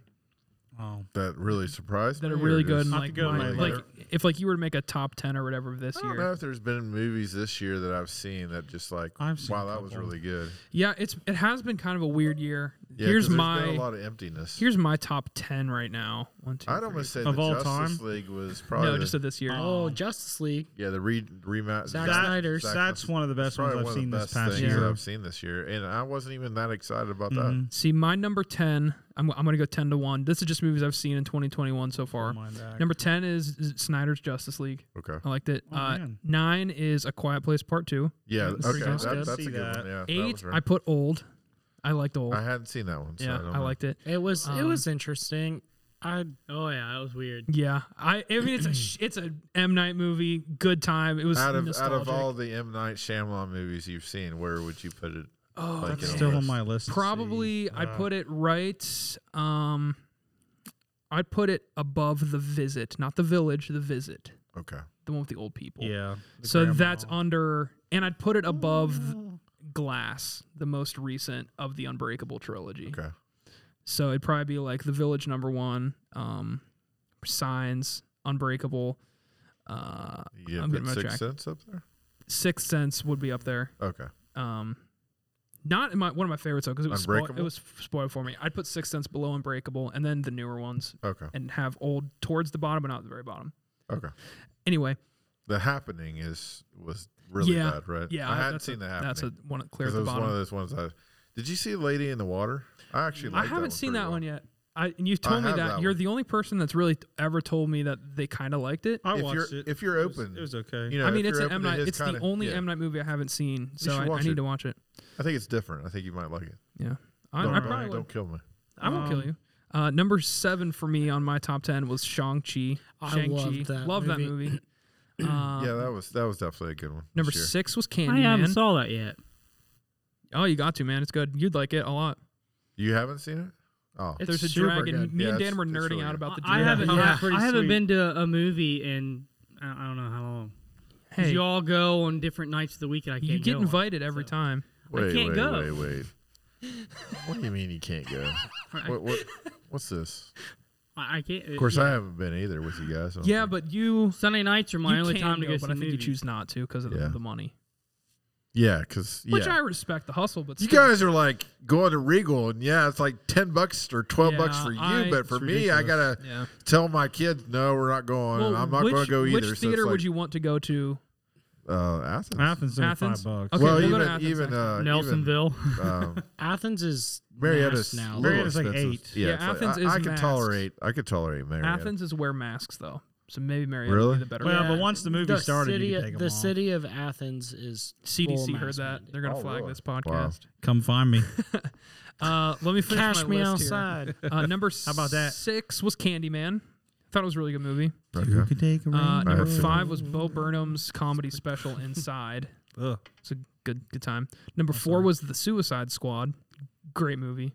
Oh, That really surprised that me. are or really good? just- And I'll have like, to go to why- my like, later. if like you were to make a top ten or whatever of this I year, don't know if there's been movies this year that I've seen that just like I've seen wow a that was couple. really good. yeah, it's it has been kind of a weird year. Yeah, here's 'cause there's been a my lot of emptiness. here's my top ten right now. One, two, I'd three. almost say Of the all Justice time? League was probably no, the- just of this year. Oh, Justice League. yeah the re rematch. Zack Zack- Snyder's. Zack- That's one of the best ones probably I've one of seen the this best past things year. Mm-hmm. that I've seen this year, and I wasn't even that excited about that. See, my number ten. I'm I'm gonna go ten to one. This is just movies I've seen in 2021 so far. Mine back. Number ten is is Snyder's Justice League. Okay, I liked it. Oh, uh, man. nine is A Quiet Place Part Two. yeah, That's okay, pretty that, good. that's a See good that. one. Yeah, that Eight, was I right. put Old. I liked Old. I hadn't seen that one. So yeah, don't I know. liked it. It was it Um, was interesting. I Oh yeah, that was weird. Yeah, I. I mean, it's a sh- it's a M Night movie. Good time. It was Out of out nostalgic. of all the M Night Shyamalan movies you've seen, where would you put it? Oh, like, that's in a Still list? on my list. to see. Uh, probably I Wow. put it right. Um, I'd put it above the visit, not the village, the visit, Okay, the one with the old people. Yeah. the So grandma. that's under, and I'd put it above Glass, the most recent of the Unbreakable trilogy. okay, So it'd probably be like The Village number one, um, Signs, Unbreakable. Uh, you didn't I'm put getting my Sixth track. Sense up there. Sixth Sense would be up there. Okay, Um, not in my one of my favorites though because it was spo- it Unbreakable? was f- spoiled for me. I'd put Sixth Sense below Unbreakable and then the newer ones okay, and have old towards the bottom but not at the very bottom. okay. Anyway, The Happening is was really Yeah, bad, right? yeah, I hadn't that's seen a, The Happening. That's a one clear 'cause it at the was bottom. one of those ones I. Did you see Lady in the Water? I actually liked I haven't that one seen pretty that well. one yet. I and you've told me have that, that you're one. the only person that's really t- ever told me that they kind of liked it. I if watched you're- it. if you're It was- open, it was okay. You know, I if mean, it's you're an M open to Night. his It's the kinda- only yeah. M Night movie I haven't seen, so should I, I watch need it. to watch it. I think it's different. I think you might like it. Yeah, I, Don't, I don't- probably don't would. kill me. I Um, won't Um, kill you. Uh, number seven for me on my top ten was Shang Chi. I Shang Chi, loved that love that movie. movie. Um, yeah, that was that was definitely a good one. Number this year. six was I haven't Candyman. saw that yet. oh, you got to man, it's good. You'd like it a lot. You haven't seen it? Oh, It's There's a super dragon. good. Me Yeah, and it's- Dan were it's nerding really out good. about the I dragon. haven't. Yeah, I, pretty I haven't sweet. been to a movie in I I don't know how long. 'Cause Hey, you all go on different nights of the week, and I can't. you get go invited every time. wait, can't wait, go. wait, wait. what do you mean you can't go? what, what, what's this? On. I, I can't. uh, Of course, I haven't been either with you guys. I don't Yeah, think. but you. Sunday nights are my you only can time to go, go. but I think you choose not to because of the- Yeah. the money. yeah, because Which yeah. I respect the hustle, but you still. guys are like going to Regal, and yeah, it's like ten bucks or twelve bucks Yeah, for you, I- but for It's me, I ridiculous. gotta Yeah. tell my kids, no, we're not going. and I'm not which, going to go either. Which theater so it's would like, you want to go to? Uh, Athens. Athens only Athens? five bucks. Okay, well, we'll go even to Athens even next. uh, Nelsonville. Even, um, Athens is Marietta's mass now. a little Marietta's like expensive. eight. Yeah, Yeah, it's like- Athens I, is I can masked. tolerate. I could tolerate Marietta. Athens is wear masks though, so maybe Marietta Really? would be the better. Well, one. but once the movie the started, city, you could take them the all. city of Athens is full CDC mass heard that mandate. they're going to Oh, flag really? this podcast. Come find me. Uh, let me finish Cash my me list outside. here. Uh, number How about that? six was Candyman. Thought it was a really good movie. You Okay. could take a Uh, I number have to- five was Bo Burnham's comedy special Inside. Ugh. It's a good good time. Number four was The Suicide Squad. Great movie.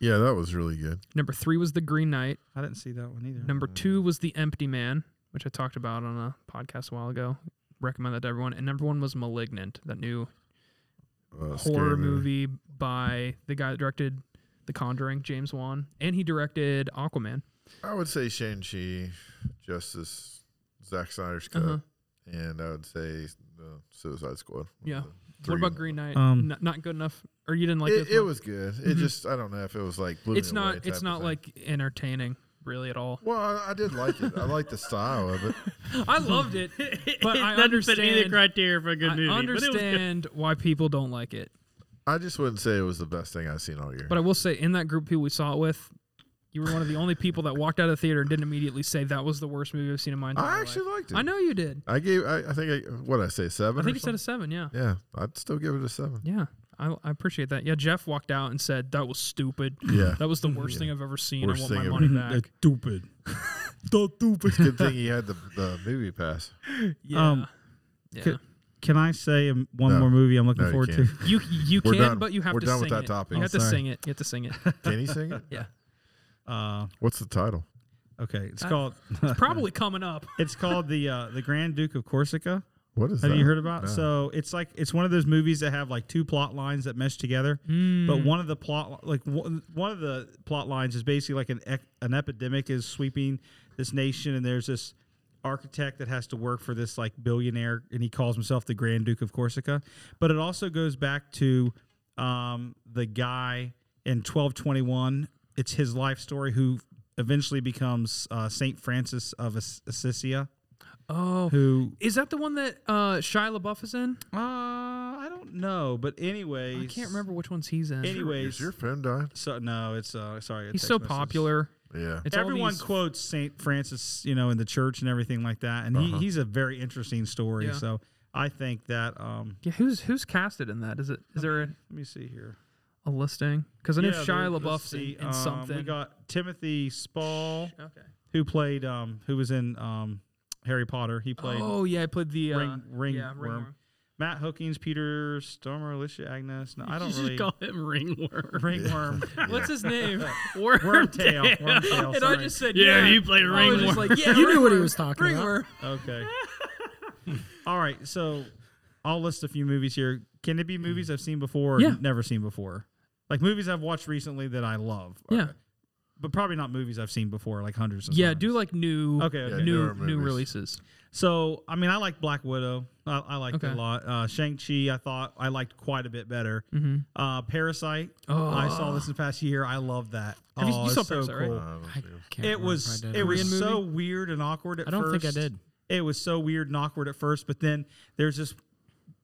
Yeah, that was really good. Number three was The Green Knight. I didn't see that one either. Uh, Number two was The Empty Man, which I talked about on a podcast a while ago. Recommend that to everyone. And number one was Malignant, that new Uh, horror scary movie by the guy that directed The Conjuring, James Wan, and he directed Aquaman. I would say Shang Chi, Justice, Zack Snyder's cut, Uh-huh. and I would say the Suicide Squad. Yeah. Three. What about Green Knight? Um, N- not good enough, or you didn't like it, it? it was good. It just I don't know if it was like blew It's me away not. type It's of not thing. like entertaining really at all. Well, I, I did like it. I liked the style of it. I loved it, but I doesn't fit any of the understand. criteria for a good I movie. but it was good. understand why people don't like it, I just wouldn't say it was the best thing I've seen all year. but I will say in that group of people we saw it with, you were one of the only people that walked out of the theater and didn't immediately say that was the worst movie I've seen in my entire I, life." actually liked it. I know you did. I gave. I, I think. I, what I say seven. I think or you said a something? seven. Yeah. Yeah, I'd still give it a seven. Yeah. I, I appreciate that. Yeah, Jeff walked out and said that was stupid. Yeah. That was the worst thing I've ever seen. Worst I want my thing money ever. back. stupid. Good thing he had the, the movie pass. Yeah. Um, yeah. could- Can I say um, one No. more movie I'm looking No, you forward to? can't. you you We're can, done. but you have We're to done sing with that it. topic. You Oh, have to sorry. sing it. You have to sing it. Can he sing it? Yeah. Uh, What's the title? okay, it's Uh, called Probably coming up. it's called the uh, the Grand Duke of Corsica. What is Have that? you heard about? No. So it's like it's one of those movies that have like two plot lines that mesh together. Mm. But one of the plot like one one of the plot lines is basically like an ec- an epidemic is sweeping this nation, and there's this architect that has to work for this like billionaire, and he calls himself the Grand Duke of Corsica. But it also goes back to um, the guy in 1221. It's his life story who eventually becomes uh, Saint Francis of Ass- Assisia. Oh, Who is that the one that uh, Shia LaBeouf is in? uh, I don't know, but anyways, I can't remember which ones he's in. Anyways, Is your phone dying? so no, it's uh, sorry. a he's text so message. popular. Yeah. It's all Everyone these- quotes Saint Francis, you know, in the church and everything like that, and he, he's a very interesting story. Uh-huh. Yeah. So I think that. Um, Yeah, who's who's casted in that? Is it is there a, let me see here. a listing? Because I know Yeah, there- Shia let's LaBeouf's see, in, in um, something. We got Timothy Spall, okay. who played, um, who was in um, Harry Potter. He played Oh yeah, I played the uh, Ring Ring yeah, Worm. Matt Hookings, Peter Stormer, Alicia Agnes. No, I don't you really. just call him ringworm. Ringworm. What's his name? Worm, Wormtail. Wormtail. and I sorry. just said Yeah, yeah. Oh, you played I was ringworm. just like yeah. You knew what he ringworm, was talking about. ringworm. Okay. All right. So I'll list a few movies here. Can it be movies I've seen before or Yeah. never seen before? Like movies I've watched recently that I love. Yeah, But probably not movies I've seen before, like hundreds of yeah. times. Do like new Okay, okay. newer new new movies. releases. So, I mean, I like Black Widow. I, I liked it Okay. a lot. Uh, Shang-Chi, I thought I liked quite a bit better. Mm-hmm. Oh. Uh, Parasite, I saw this in the past year. I love that. Have you- oh, you it's saw so Parasite, right? cool. Uh, I can't It remember was if I did it or was not. so weird and awkward at I don't first. think I did. It was so weird and awkward at first, but then there's this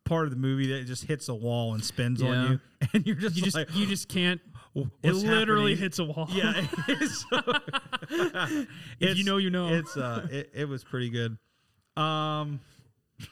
part of the movie that just hits a wall and spins Yeah. on you, and you're just You just like, you just can't. "What's It literally happening?" hits a wall. Yeah, it's so- it's- know, you know. It's uh, it, it was pretty good. Um,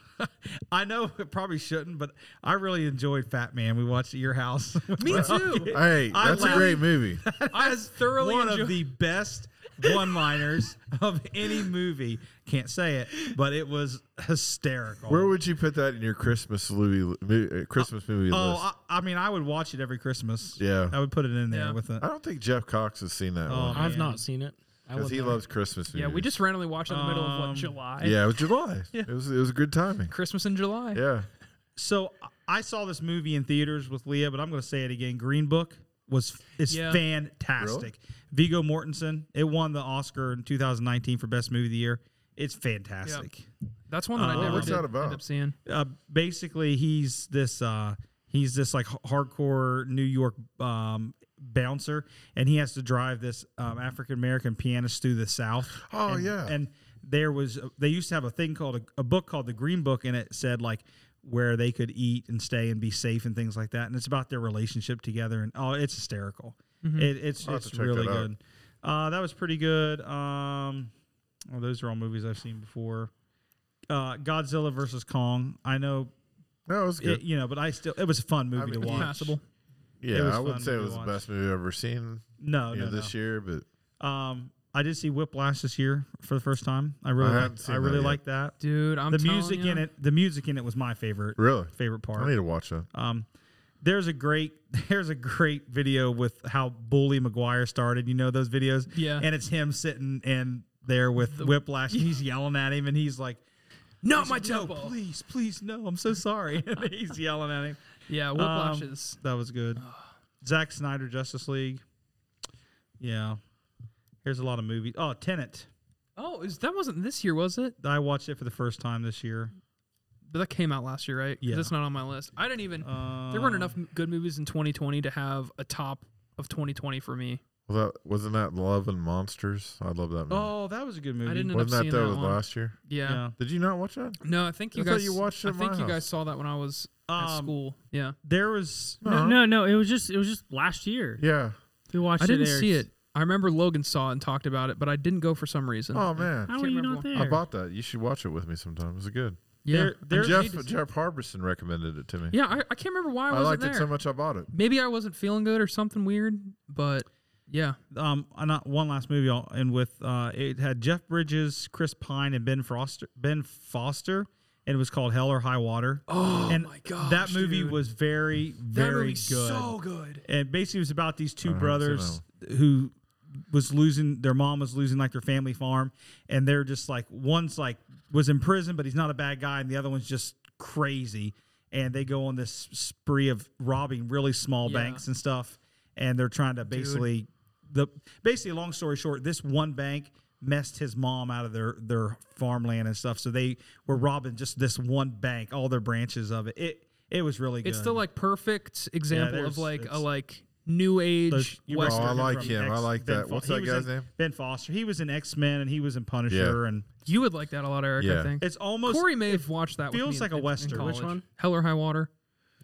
I know it probably shouldn't, but I really enjoyed Fat Man. We watched at your house. Me too. Hey, I that's a laughed. great movie. I thoroughly one enjoyed- of the best one-liners of any movie. Can't say it, but it was hysterical. Where would you put that in your Christmas movie? mo- uh, Christmas movie oh, list? I, I mean, I would watch it every Christmas. yeah. I would put it in there Yeah. with it. I don't think Jeff Cox has seen that Oh, one I've man. not seen it. I because would he not. loves Christmas movies. Yeah, we just randomly watched it in the middle of Um, what July. yeah, it was July. It was it was good timing. Christmas in July. Yeah, So I- I saw this movie in theaters with Leah, but I'm going to say it again. Green Book was is Yeah. fantastic. Vigo Mortensen. It won the Oscar in 2019 for best movie of the year. It's fantastic. That's one that I Uh, never what's did that about? end up seeing. uh, basically he's this uh, he's this like h- hardcore New York um, bouncer, and he has to drive this um, African American pianist through the South. Oh, And- yeah. and there was uh, they used to have a thing called a, a book called the Green Book, and it said like where they could eat and stay and be safe and things like that, and it's about their relationship together, and oh, it's hysterical. It, it's I'll have to it's check that really out. good. Uh, that was pretty good. Um, well, those are all movies I've seen before. Uh, Godzilla versus Kong. I know no, it was it, good. you know, but I still it was a fun movie mean, to it's watch. Passable. yeah, was I fun wouldn't say it to was watch. the best movie I've ever seen No, you no, know, this no. year, but Um, I did see Whiplash this year for the first time. I really, I liked- haven't I seen that really yet. liked that. Dude, I'm the telling music ya. in it, the music in it was my favorite really, favorite I need part. to watch that. Um, there's a great there's a great video with how Bully McGuire started. You know those videos, Yeah. And it's him sitting and there with Whiplash. And he's yelling at him, and he's like, Not my "No, tempo. please, please, no! I'm so sorry." And he's yelling at him. Yeah, Whiplash Um, is. That was good. Zack Snyder Justice League. Yeah. Here's a lot of movies. Oh, Tenet. Oh, is that wasn't this year, was it? I watched it for the first time this year. But that came out last year, right? 'Cause Yeah. That's not on my list. I didn't even. Uh, there weren't enough m- good movies in 2020 to have a top of 2020 for me. Well, that wasn't that Love and Monsters. I love that movie. Oh, that was a good movie. didn't end up wasn't that seeing that that was one. last year? Yeah. Yeah. Did you not watch that? No, I think you I thought guys. you watched it I at think my you guys house. saw that when I was at Um, school. Yeah. There was No, no, no. It was just it was just last year. Yeah. We watched. uh-huh. I didn't it there. see it. I remember Logan saw it and talked about it, but I didn't go for some reason. Oh man, How Can't are you remember not what- there? I bought that. You should watch it with me sometime. It's good. yeah. there- And there- Jeff- Jeff Jeff Harbison recommended it to me. yeah, I, I can't remember why I I wasn't liked there. it so much I bought it. Maybe I wasn't feeling good or something weird, but Yeah. um, and, uh, one last movie, I'll end with. Uh, it had Jeff Bridges, Chris Pine, and Ben Foster. Ben Foster, and it was called Hell or High Water. Oh and my gosh, that movie dude. was very, That very movie's good. so good. and basically, it was about these two I haven't seen brothers who was losing their mom was losing like their family farm, and they're just like one's like was in prison, but he's not a bad guy, and the other one's just crazy, and they go on this spree of robbing really small Yeah. banks and stuff, and they're trying to basically the basically long story short, this one bank messed his mom out of their their farmland and stuff, so they were robbing just this one bank, all their branches of it. It it was really good. It's the like perfect example of there's- like a it's- like new Those- age you Oh, western. I remember like from him. I X- like Ben that. Fo- What's he that was guy's in name? Ben Foster. He was in X Men and he was in Punisher, and You would like that a lot, Eric. I Yeah. think it's almost Corey may have watched that. with feels me in- like a in- in Western. Which college. one? Hell or High Water.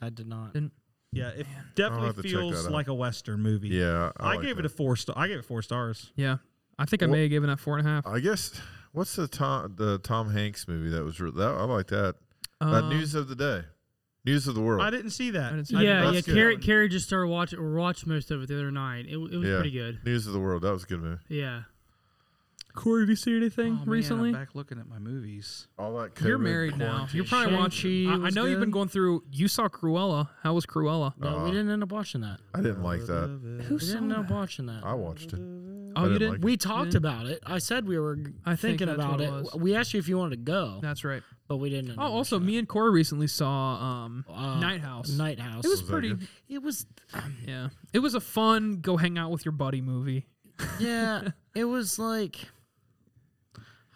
I did not. Didn't- yeah, it I'll definitely have to check feels that out. like a Western movie. Yeah, I, like gave that. it a four star. I gave it four stars. Yeah, I think I may have given that four and a half. I guess what's the Tom the Tom Hanks movie that was re- that I like that. Uh, Um, news of the day, news of the world. I didn't see that. I didn't see that. Yeah, that's yeah. good. Carrie, Carrie just started watching or watched most of it the other night. It, w- it was Yeah. pretty good. News of the world. That was a good movie. Yeah. Corey, have you seen anything recently? back looking at my movies. All that. You're COVID married now. quarantine You're probably Shang-Chi watching. I, I was know you've been good. going through. You saw Cruella. How was Cruella? No, Uh, we didn't end up watching that. I didn't like that. Who We didn't end up watching that. I watched it. Oh, I didn't you didn't. like it. we talked didn't? about it. I said we were g- I think thinking that's about what it it. was. We asked you if you wanted to go, That's right. but we didn't. end Oh, up also, watching me and Corey recently saw um, it. Uh, Night House. Night House. It was Was that pretty. good? It was. Yeah, it was a fun go hang out with your buddy movie. Yeah. it was like.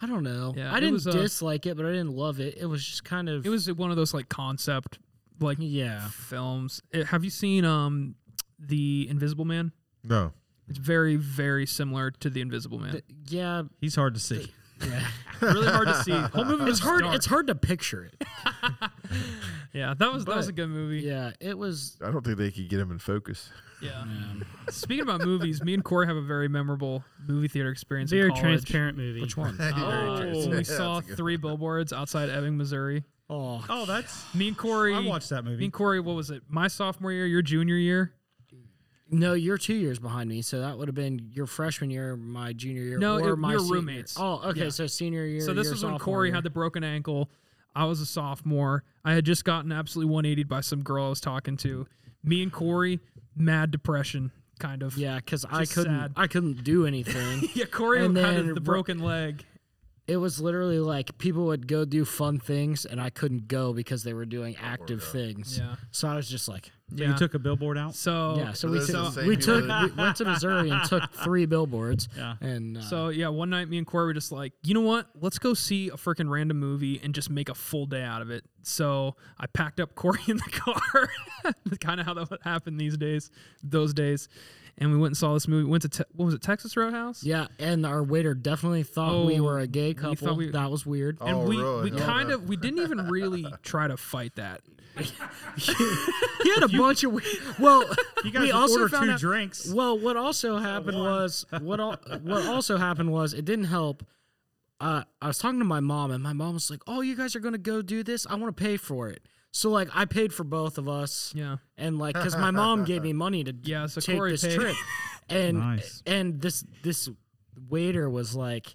I don't know. Yeah, I it didn't was, uh, dislike it, but I didn't love it. It was just kind of. It was one of those like concept like Yeah. films. Uh, have you seen um, the Invisible Man? No. It's very very similar to the Invisible Man. Yeah. He's hard to see. Yeah. really hard to see. Whole movie was it's hard. dark. It's hard to picture it. yeah, that was that was but- a good movie. Yeah. It was. I don't think they could get him in focus. Yeah. Um, Speaking about movies, me and Corey have a very memorable movie theater experience. in Very college. transparent movie. which one? Oh, Very transparent. we Yeah, saw that's a good three billboards outside Ebbing, Missouri. Oh, Oh, that's. Me and Corey. I watched that Me movie. and Corey. What was it? My sophomore year, your junior year. No, you're two years behind me, so that would have been your freshman year, my junior year, No, or it- my we were senior- roommates. Oh, okay, Yeah. so senior year. So this your was when sophomore Corey year. had the broken ankle. I was a sophomore. I had just gotten absolutely 180'd by some girl I was talking to. Me and Corey, mad depression, kind of. yeah, because I Just couldn't, sad. I couldn't do anything. Yeah, Corey And had then the Ro- broken leg. it was literally like people would go do fun things, and I couldn't go because they were doing active things. Yeah. Oh, So I was just like, Yeah. You took a billboard out. so yeah. So So we those are the took, same we people took, that- we went to Missouri and took three billboards. Yeah. And uh, So yeah, one night me and Corey were just like, you know what? Let's go see a freaking random movie and just make a full day out of it. So I packed up Corey in the car. That's kind of how that would happen these days, those days. And we went and saw this movie. Went to te- what was it? Texas Roadhouse. yeah, and our waiter definitely thought we Oh, were a gay thought couple. we- that was weird. Oh, And we, really? we Oh, kind no. of we didn't even really try to fight that. He had a bunch of weird. Well, You guys we would also order found two out- drinks. Well, what also happened was what al- what also happened was it didn't help. Uh, I was talking to my mom, and my mom was like, "Oh, you guys are gonna go do this? I want to pay for it." So like, I paid for both of us, Yeah. and like, because my mom gave me money to Yeah, so take Corey this paid. trip, and Nice. and this this waiter was like.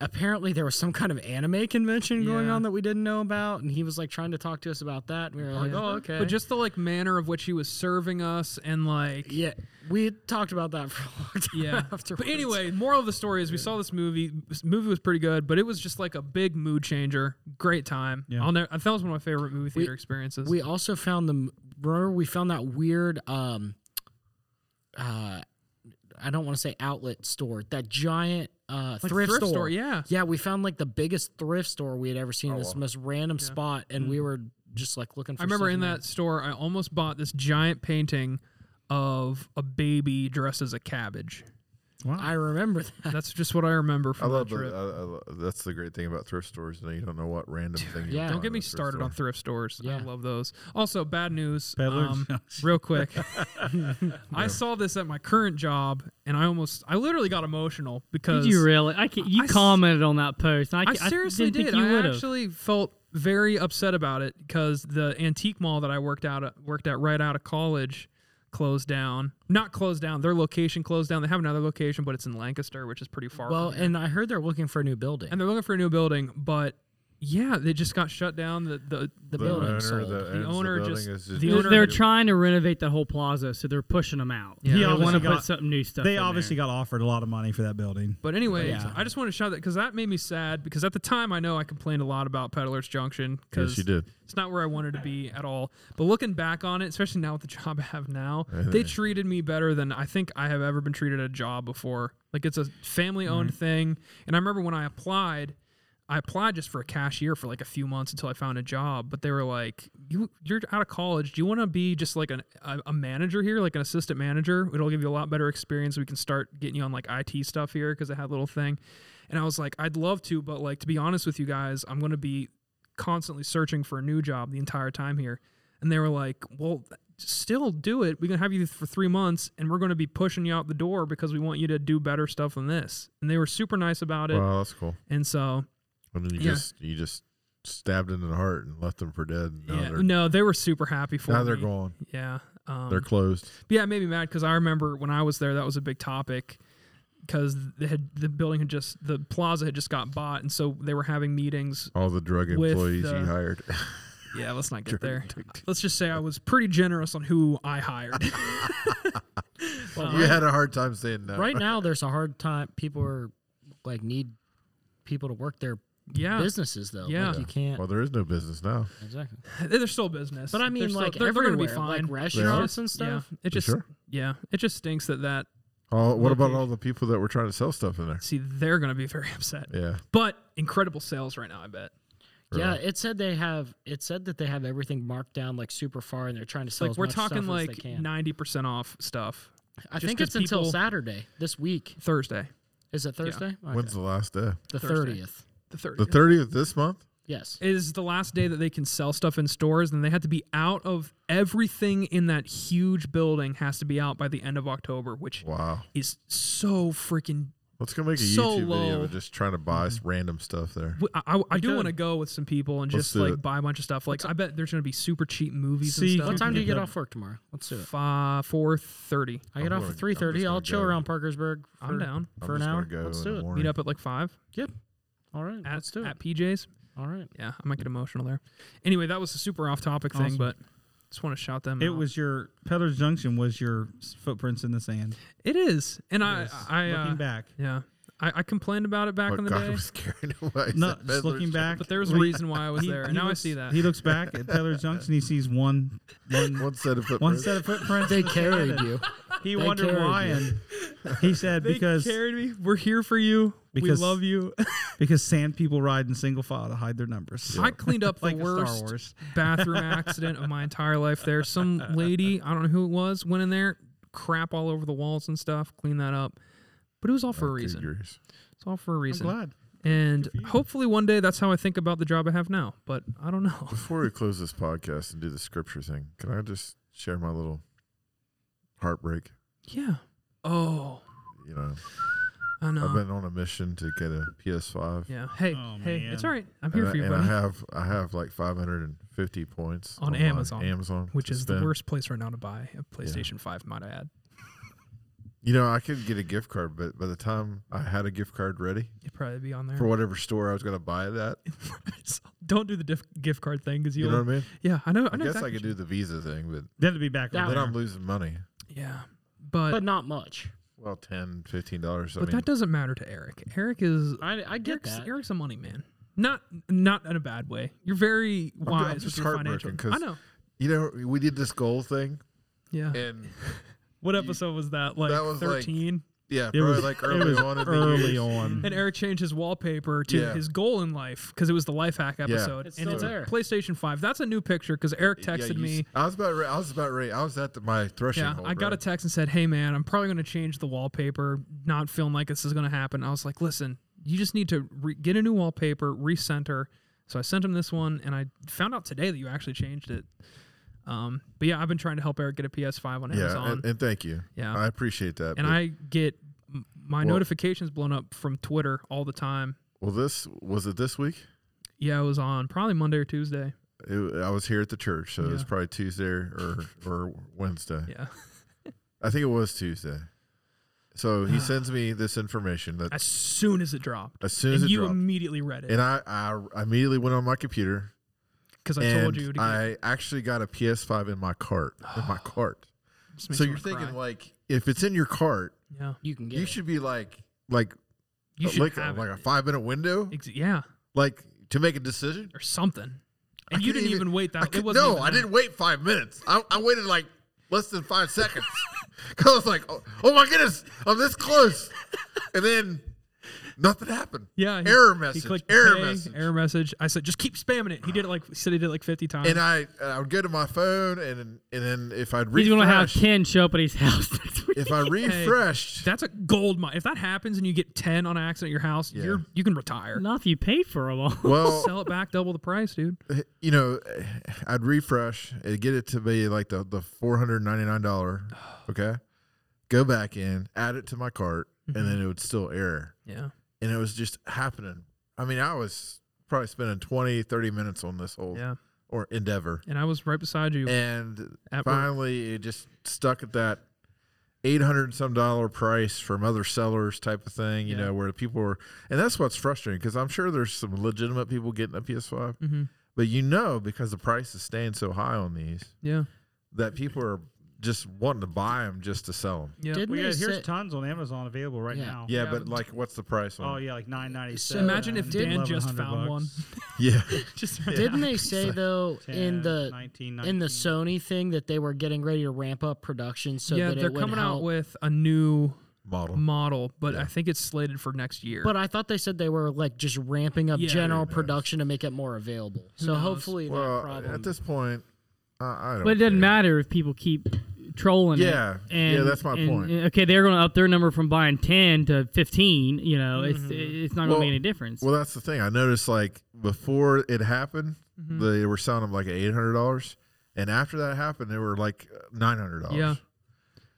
Apparently there was some kind of anime convention going Yeah. on that we didn't know about, and he was like trying to talk to us about that. And we were like, Yeah. "Oh, okay." But just the like manner of which he was serving us and like Yeah, we talked about that for a long time. Yeah. Afterwards. But anyway, moral of the story is we saw this movie. This movie was pretty good, but it was just like a big mood changer. Great time. Yeah. I'll never, I thought it was one of my favorite movie theater experiences. we also found the remember we found that weird um, uh, I don't want to say outlet store, that giant uh Like thrift, thrift store. store, yeah. yeah, we found like the biggest thrift store we had ever seen. in this Oh, wow. Mm. most random spot, and we were just like looking. for I remember in something that store, I almost bought this giant painting of a baby dressed as a cabbage. that- I remember that. That's just what I remember I from that love the, trip. I, I lo- That's the great thing about thrift stores. Now you don't know what random thing. you can yeah. Don't Don't find get in me a thrift started store. on thrift stores. I Yeah. love those. Also, bad news. Peddlers? um, real quick. I saw this at my current job, and I almost, I literally got emotional because Did you really? I can, you I s- commented on that post. and I, I ca- I seriously didn't did. Think you I would have. actually felt very upset about it because the antique mall that I worked out at, worked at right out of college closed down. Not closed down. Their location closed down. They have another location, but it's in Lancaster, which is pretty far. Well, from here. and I heard they're looking for a new building. and they're looking for a new building, but yeah, they just got shut down. The the, the, The building owner, sold. that owns the owner building just- is the owner- they're trying to renovate the whole plaza, so they're pushing them out. Yeah. He they obviously wanna got- put something new stuff. They in obviously there. got offered a lot of money for that building. But anyways, Yeah. I just want to shout that because that made me sad because at the time I know I complained a lot about Peddler's Junction Yes, because you did. it's not where I wanted to be at all. But looking back on it, especially now with the job I have now, they treated me better than I think I have ever been treated at a job before. Like it's a family owned thing. And I remember when I applied, I applied just for a cashier for like a few months until I found a job. But they were like, "You you're out of college. Do you want to be just like an, a, a manager here, like an assistant manager? It'll give you a lot better experience. We can start getting you on like IT stuff here because they had a little thing." And I was like, "I'd love to, but like to be honest with you guys, I'm going to be constantly searching for a new job the entire time here. And they were like, well, still do it. We're going to have you for three months and we're going to be pushing you out the door because we want you to do better stuff than this. And they were super nice about it. Wow, that's cool. And so, And then you Yeah. just you just stabbed into the heart and left them for dead. and Now yeah, they're, no, they were super happy for now they're me. gone. Yeah. Um, They're closed. But yeah, it made me mad because I remember when I was there, that was a big topic because they had, the building had just, the plaza had just got bought. And so they were having meetings. All the drug with uh, employees the- you hired. Yeah, let's not get there. addicted. Let's just say I was pretty generous on who I hired. you had a hard time saying no. right now, there's a hard time. People are like need people to work their yeah. businesses though. Yeah. like, you can't Well, there is no business now. exactly. They're still business, But I They're mean, still- like they're, they're everywhere, gonna be fine. like restaurants and yeah, stuff. it just sure? yeah, it just stinks that that. Oh, what about Location. all the people that were trying to sell stuff in there? See, they're gonna be very upset. Yeah. But incredible sales right now, I bet. Yeah, Right. it said they have. It said that they have everything marked down like super far, and they're trying to sell. Like as we're much stuff talking as like they can. ninety percent off stuff I just think 'cause it's until people- Saturday this week. Thursday, Is it Thursday? When's the last day? the Thursday. thirtieth? The the thirtieth. thirtieth this month. Yes. is the last day that they can sell stuff in stores, and they have to be out of everything in that huge building has to be out by the end of October, which Wow. is so freaking. Let's go make a So uh, mm-hmm. YouTube video low. of just trying to buy s- random stuff there. w- I, I- I do could. want to go with some people and Let's just do like it. buy a bunch of stuff. Like I bet there's gonna be super cheap movies See, and stuff. What time do you Yeah. get off work tomorrow? Let's do it. Five, four thirty. I get I'm off gonna- at three thirty. I'm just I'll gonna chill go. around Parkersburg. I'm for- down. I'm for an just hour. gonna go Let's in do the it. morning. Meet up at like five All right. at, let's do it. at PJ's. All right. Yeah, I might get emotional there. Anyway, that was a super off topic thing, Awesome. but just want to shout them. It out. was your Peddler's Junction was your s- footprints in the sand. It is, and Yes. I, I, uh, looking back, yeah, I, I complained about it back But in the God day, was carried away. no, Said just looking Peddler's back. but there was a we- reason why I was he- there, he and now looks- I see that. he looks back at Peddler's Junction. He sees one, Junk. one, One set of one footprints. set of footprints. They carried you. He They wondered carried why, you. and he said They because carried me. We're here for you. Because- we love you. because sand people ride in single file to hide their numbers. I cleaned up the like a Star worst Wars. bathroom accident of my entire life there. Some lady, I don't know who it was, went in there, crap all over the walls and stuff, cleaned that up. But it was all Oh, for a reason. Figures. It's all for a I'm reason. glad. And hopefully one day that's how I think about the job I have now. But I don't know. Before we close this podcast and do the scripture thing, can I just share my little heartbreak? Yeah. Oh, You know, I know. I've been on a mission to get a PS5. Uh-huh. yeah. Hey, Oh, hey, it's man. all right. I'm here And, I, for you, and I buddy. have I have like 550 points On online- Amazon, Amazon, Which to is the spend. worst place right now to buy a PlayStation 5, might I add. You know, I could get a gift card, but by the time I had a gift card ready It'd probably be on for there. whatever store I was going to buy it at, don't do the diff- gift card thing because you you'll. know what I mean? yeah, I know. I, I know guess exactly I could what do you- the Visa thing, but Then to be back That on then there. I'm losing money. Yeah. But not much. Well, 10 dollars. I But mean, that doesn't matter to Eric. Eric is I, I get Eric's, that. Eric's a money man. Not not in a bad way. You're very ju- wise I'm with just your financial. heartbroken 'cause- I know. you know, we did this goal thing, Yeah. and what episode was that? Like That was, like, 13. yeah, It probably was- like it early was on. in the early years. on. and Eric changed his wallpaper to Yeah. his goal in life because it was the life hack episode. It's and still it's a there. PlayStation 5. That's a new picture because Eric Yeah, texted you me. s- I was about. Re- I was about ready. I was at the, my threshing. Yeah, hole, I got bro. a text and said, "Hey man, I'm probably going to change the wallpaper. Not feeling like this is going to happen." I was like, "Listen, you just need to re- get a new wallpaper, recenter." So I sent him this one, and I found out today that you actually changed it. Um, but yeah, I've been trying to help Eric get a PS5 on Amazon, Yeah, and, and, and thank you. Yeah. I appreciate that. but- I get m- my Well- notifications blown up from Twitter all the time. well, this was it. This week, Yeah, it was on probably Monday or Tuesday. it, I was here at the church, so it was Yeah. probably Tuesday or or Wednesday. Yeah, I think it was Tuesday. So he sends me this information that as soon as it dropped. as soon as and it you dropped, immediately read it and I, I immediately went on my computer because I and told you to get I actually got a PS5 in my cart. In my cart. just makes so me you're wanna thinking cry. like, if it's in your cart, yeah, You can get you it. should be like, like, you uh, should like, a, have it. like a five minute window, Ex- yeah, like to make a decision. or something. I And you couldn't didn't even, wait I that. could- It wasn't no, even I that. didn't wait five minutes. I, I waited like less than five seconds because I was like, oh, oh my goodness, I'm this close, and then nothing happened. Yeah, he- error He message. clicked error pay, message. Error message. I said, just keep spamming it. He did it like he said he did it like fifty times. and I, and I would go to my phone, and and then if I'd He's gonna have refresh, Ken show up at his house next week. if I refreshed, That's a gold mine. If that happens and you get ten on an accident at your house, Yeah. you're you can retire. Not if you paid for them all. well, Sell it back, double the price, dude. you know, I'd refresh and get it to be like the the four hundred ninety nine dollar. Okay, go back in, add it to my cart, and Mm-hmm. then it would still error. Yeah. And it was just happening. I mean, I was probably spending 20, 30 minutes on this whole Yeah. or endeavor, And I was right beside you. and At work. finally, it just stuck at that. Eight hundred some dollar price from other sellers type of thing, you Yeah. know, where people are, and that's what's frustrating because I'm sure there's some legitimate people getting a PS5, Mm-hmm. hmm but you know, because the price is staying so high on these, Yeah. that people are just wanting to buy them just to sell them. Yeah. Didn't Well, yeah, they here's say, tons on Amazon available right Yeah. now. Yeah, Yeah, but but- like, what's the price on? Oh yeah, like nine ninety So seven. Imagine if Dan just found yeah, Just Yeah. Didn't they say though in the 19, in the Sony thing that they were getting ready to ramp up production so yeah, that they're it would coming help? out with a new model. model, but Yeah. I think it's slated for next year. but I thought they said they were like just ramping up Yeah. general Who knows? production to make it more available. So knows? hopefully that Well, problem. at this point, I I don't. But it doesn't care. matter if people keep trolling Yeah. it. Yeah, that's my and- point. and, okay, they're going to up their number from buying 10 to 15. You know, it's Mm-hmm. it's not going to Well- make any difference. Well, that's the thing. I noticed like before it happened, Mm-hmm. they were selling them like eight hundred dollars, and after that happened, they were like nine hundred dollars. Yeah.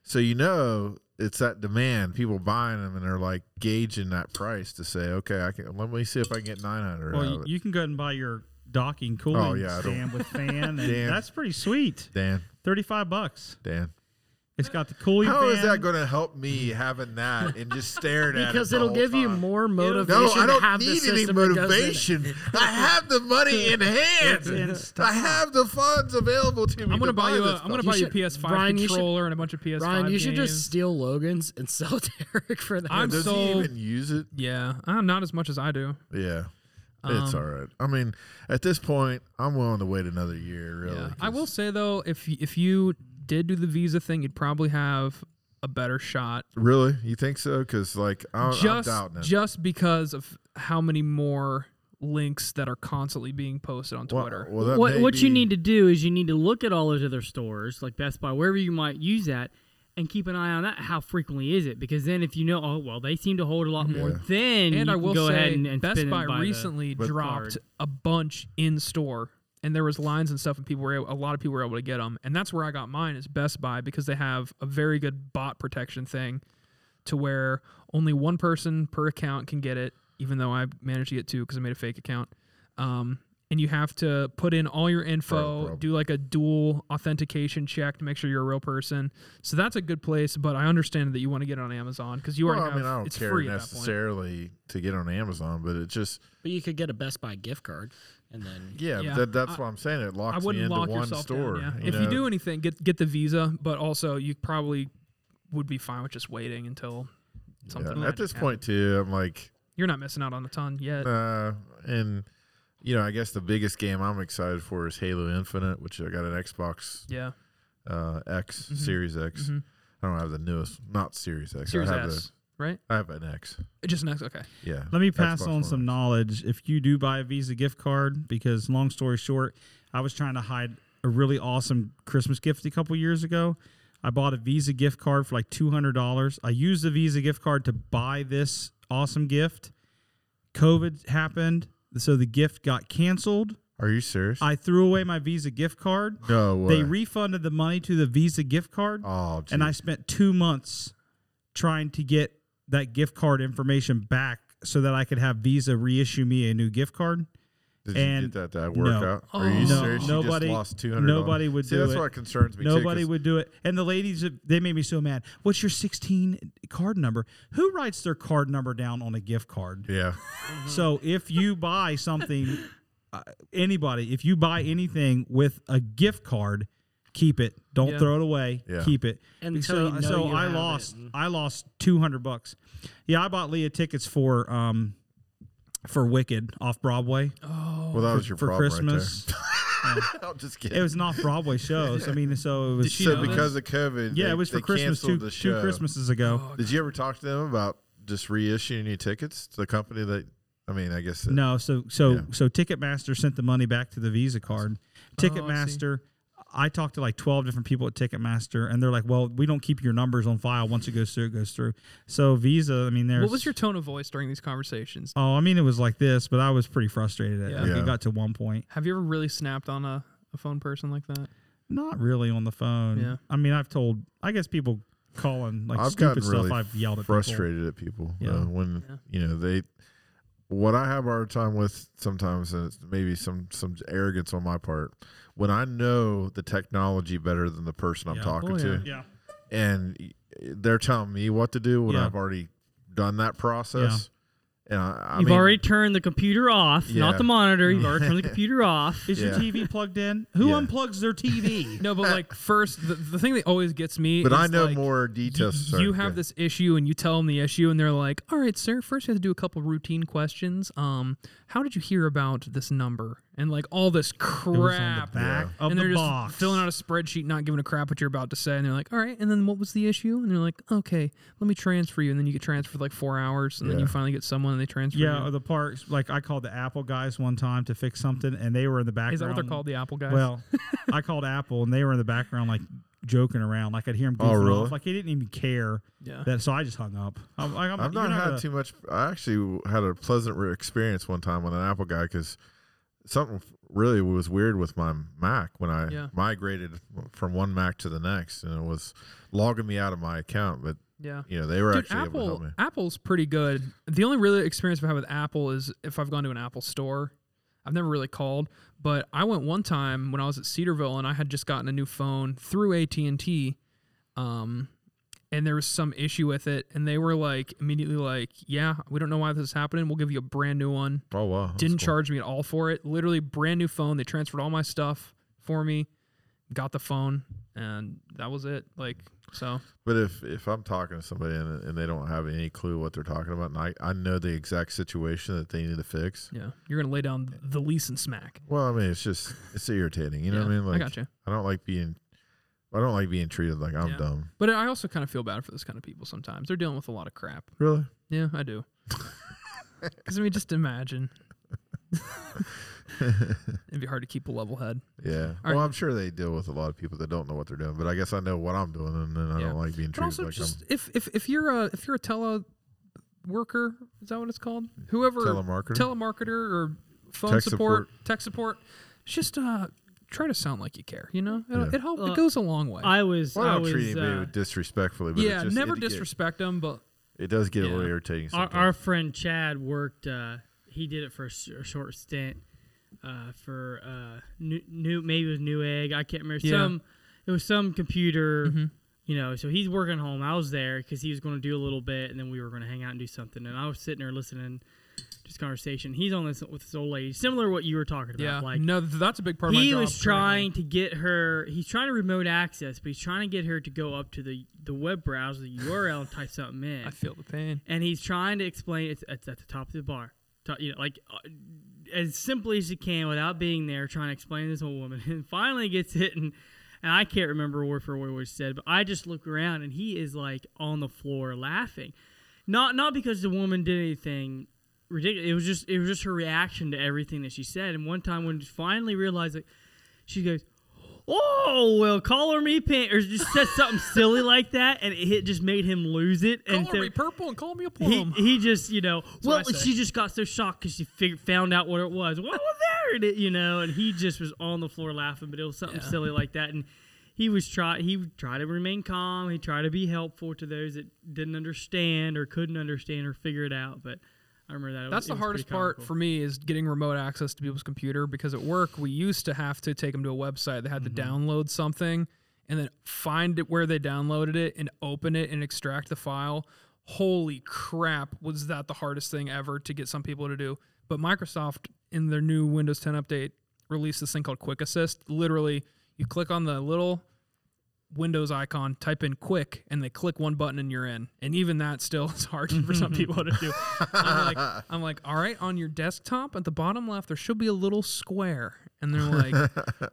So you know it's that demand. People buying them, and they're like gauging that price to say, okay, I can let me see if I can get nine hundred. Well, out you, of it. you can go ahead and buy your docking cooling Oh, yeah, I don't- stand with fan. and Dan. That's pretty sweet. Dan, Thirty five bucks. Dan. It's got the cooling. How fan. is that going to help me having that and just staring at it? because the it'll whole give you time? more motivation No, I to don't have the need system any that goes in it. motivation. I have the money in hand. in stock. I have the funds available to me. I'm gonna to buy you this a, I'm gonna stuff. buy you a should- PS5 Ryan, you should- controller and a bunch of PS5 Ryan, you should games. just steal Logan's and sell Derek for that. I'm Does he sold. even use it? Yeah, uh, not as much as I do. Yeah. It's Um, all right. I mean, at this point, I'm willing to wait another year. Really, Yeah. I 'cause- will say though, if y- if you did do the visa thing, you'd probably have a better shot. Really, you think so? Because like, I'm, just I'm doubting it. just because of how many more links that are constantly being posted on Well- Twitter. well, that what may what you be- need to do is you need to look at all those other stores like Best Buy, wherever you might use that, and keep an eye on that. How frequently is it? Because then if you know, oh well, they seem to hold a lot more. Yeah. and Then you I can will go say, ahead and, and Best spin and Buy buy the- recently But- dropped Card. a bunch in store, and there was lines and stuff, and people were able, a lot of people were able to get them, and that's where I got mine is Best Buy because they have a very good bot protection thing, to where only one person per account can get it, even though I managed to get two because I made a fake account. Um, and you have to put in all your info, problem. do like a dual authentication check to make sure you're a real person. So that's a good place, but I understand that you want to get it on Amazon because you Well, already I mean, have I don't it's care free at that point. necessarily to get on Amazon, but it just but you could get a Best Buy gift card and then yeah. Yeah. That, that's I- what I'm saying. It I locks me wouldn't into lock one yourself store. down. Yeah. you if you know? do anything, get get the visa, but also you probably would be fine with just waiting until something. Yeah. like At that this happens. point, too, I'm like, you're not missing out on a ton yet. Uh, and you know, I guess the biggest game I'm excited for is Halo Infinite, which I got an Xbox yeah, uh, X Mm-hmm. Series X. Mhm. I don't have the newest, not Series X. I Series have S, right? The, I have an X. Just next. Okay. Yeah. Let me pass Xbox on One some X. knowledge. If you do buy a Visa gift card, because long story short, I was trying to hide a really awesome Christmas gift a couple years ago. I bought a Visa gift card for like two hundred dollars. I used the Visa gift card to buy this awesome gift. COVID happened, so the gift got canceled. Are you serious? I threw away my Visa gift card. no way. They refunded the money to the Visa gift card, oh, geez. and I spent two months trying to get that gift card information back so that I could have Visa reissue me a new gift card. Did you And get that that workout? Are you Oh. No, serious? nobody- you just lost two hundred. nobody would See, do that's it. what concerns me. too, 'cause Nobody would do it. And the ladies, they made me so mad. What's your 16 card number? Who writes their card number down on a gift card? Yeah. Mm-hmm. So if you buy something, uh, anybody, if you buy anything with a gift card, keep it. Don't Yeah. throw it away. Yeah. Keep it. Until so you know so you I have it. Mm-hmm. lost. I lost two hundred bucks. Yeah, I bought Leah tickets for um for Wicked off Broadway Well, that was your Oh, for problem Christmas. right there. I'm just kidding. it was an off Broadway show. So, I mean, so it was. she so know because of COVID. yeah, they- it was for they Christmas two, canceled the two show. Christmases ago. Oh, Did you ever talk to them about just reissuing your tickets to the company that? I mean, I guess. it- No, so so Yeah. so Ticketmaster sent the money back to the Visa card. Oh, Ticketmaster, I, talked to like twelve different people at Ticketmaster, and they're like, "Well, we don't keep your numbers on file. Once it goes through, it goes through." So Visa, I mean, there's What was your tone of voice during these conversations? oh, I mean, it was like this, but I was pretty frustrated. At, Yeah. Like Yeah. it got to one point, Have you ever really snapped on a, a phone person like that? not really on the phone. Yeah. I mean, I've told, I guess people calling like I've stupid gotten stuff. really I've yelled at people. frustrated at people Yeah. uh, when you know they. What I have a hard time with sometimes, and it's maybe some some arrogance on my part, when I know the technology better than the person I'm Yeah. talking Oh, to, yeah. Yeah. and y- they're telling me what to do when Yeah. I've already done that process. And I, I You've mean, already turned the computer off, Yeah. not the monitor. You've already turned the computer off. Is Yeah. your TV plugged in? Who Yeah. unplugs their TV? No, but like first, the, the thing that always gets me. Uh, but I is, know like, more You, details. you have this issue, and you tell them the issue, and they're like, "All right, sir. First, you have to do a couple routine questions. Um, how did you hear about this number?" And like all this crap. It was on the back of and the they're just box. filling out a spreadsheet, not giving a crap what you're about to say. And they're like, "All right." And then what was the issue? And they're like, "Okay, let me transfer you." And then you get transferred like four hours, and then Yeah. you finally get someone, and they transfer Yeah, you. or the parks. Like I called the Apple guys one time to fix something, and they were in the background. Is that what they're called, the Apple guys? Well, I called Apple, and they were in the background, like joking around. Like I'd hear them Oh, goofing really? off. Like he didn't even care. Yeah. That so I just hung up. I'm, like, I'm, I've you're not had gonna- too much. I actually had a pleasant re- experience one time with an Apple guy because something really was weird with my Mac when I Yeah. migrated from one Mac to the next, and it was logging me out of my account. But yeah. you know, they were Dude, actually able to help Apple, me. Apple's pretty good. The only really experience I've had with Apple is if I've gone to an Apple store. I've never really called, but I went one time when I was at Cedarville and I had just gotten a new phone through AT and T, um, and there was some issue with it, and they were like immediately like, "Yeah, we don't know why this is happening. We'll give you a brand new one." Oh wow, that's Didn't cool. charge me at all for it. Literally brand new phone. They transferred all my stuff for me, got the phone, and that was it. Like so, But if if I'm talking to somebody and, and they don't have any clue what they're talking about, and I, I know the exact situation that they need to fix, yeah, you're gonna lay down the lease and smack. Well, I mean, it's just it's irritating. You know what I Yeah, mean? Like, I gotcha. I don't like being, I don't like being treated like I'm Yeah. dumb. But I also kind of feel bad for those kind of people sometimes. They're dealing with a lot of crap. Really? Yeah, I do. Because I mean, just imagine. It'd be hard to keep a level head. Yeah. All well, right. I'm sure they deal with a lot of people that don't know what they're doing, but I guess I know what I'm doing, and then I Yeah. don't like being But treated also, like just if, if if you're a if you're a tele worker, is that what it's called? Whoever I'm Mm-hmm. telemarketer. telemarketer or phone Tech support. support, tech support, it's just uh try to sound like you care. You know, it, Yeah. it helps. Uh, it goes a long way. I was. well, I I don't was. treat anybody uh, disrespectfully, but yeah, it just, never it get- disrespect them, but It does get a Yeah. little irritating. our, Sometimes. our friend Chad worked. Uh, he did it for a s- a short stint uh, for uh, new, new. Maybe it was Newegg. I can't remember. Yeah. Mm-hmm. Some. It was some computer. You know, so he's working home. I was there because he was going to do a little bit, and then we were going to hang out and do something. And I was sitting there listening to this conversation. He's on this with this old lady, similar to what you were talking about. yeah, like no, that's a big part of my he job. was currently. trying to get her he's trying to remote access but he's trying to get her to go up to the the web browser the url and type something in I feel the pain. and he's trying to explain it's, it's at the top of the bar To- you know, like uh, as simply as you can without being there trying to explain to this old woman and finally gets hit and, and i can't remember word for word what he said but i just look around and he is like on the floor laughing not not because the woman did anything ridiculous it was just it was just her reaction to everything that she said and one time when she finally realized it she goes Oh well, color me pink, or just said something silly like that, and it hit- just made him lose it. Color and so- me purple and call me a he, plum. he just you know what I well say. she just got so shocked because she figured, found out what it was well, well there it is you know and he just was on the floor laughing but it was something silly like that and he was try he would try to remain calm he tried to be helpful to those that didn't understand or couldn't understand or figure it out but I remember that. It That's was, the it was hardest pretty part comical. for me is getting remote access to people's computer because at work we used to have to take them to a website. They had to Mm-hmm. download something and then find it where they downloaded it and open it and extract the file. Holy crap, was that the hardest thing ever to get some people to do? But Microsoft in their new Windows 10 update released this thing called Quick Assist. Literally, you click on the little Windows icon, type in quick, and they click one button and you're in. And even that still is hard for some people to do. I'm like, I'm like, all right, on your desktop at the bottom left, there should be a little square. And they're like,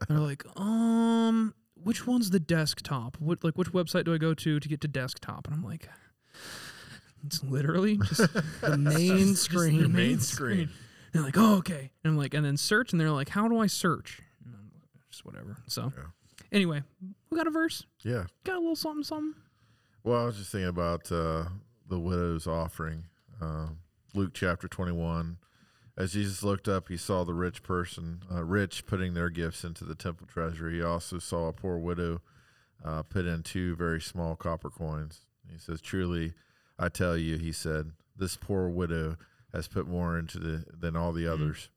they're like, um, which one's the desktop? What like which website do I go to to get to desktop? And I'm like, it's literally just The main screen. Your main screen. they're like, oh, okay. And I'm like, and then search, and they're like, how do I search? And I'm like, just whatever. So, Yeah. anyway, we got a verse, Yeah. got a little something, something. Well, I was just thinking about uh, the widow's offering. Uh, Luke chapter 21. As Jesus looked up, he saw the rich person, uh, rich, putting their gifts into the temple treasury. He also saw a poor widow uh, put in two very small copper coins. He says, Truly, I tell you, he said, this poor widow has put more into the, than all the others.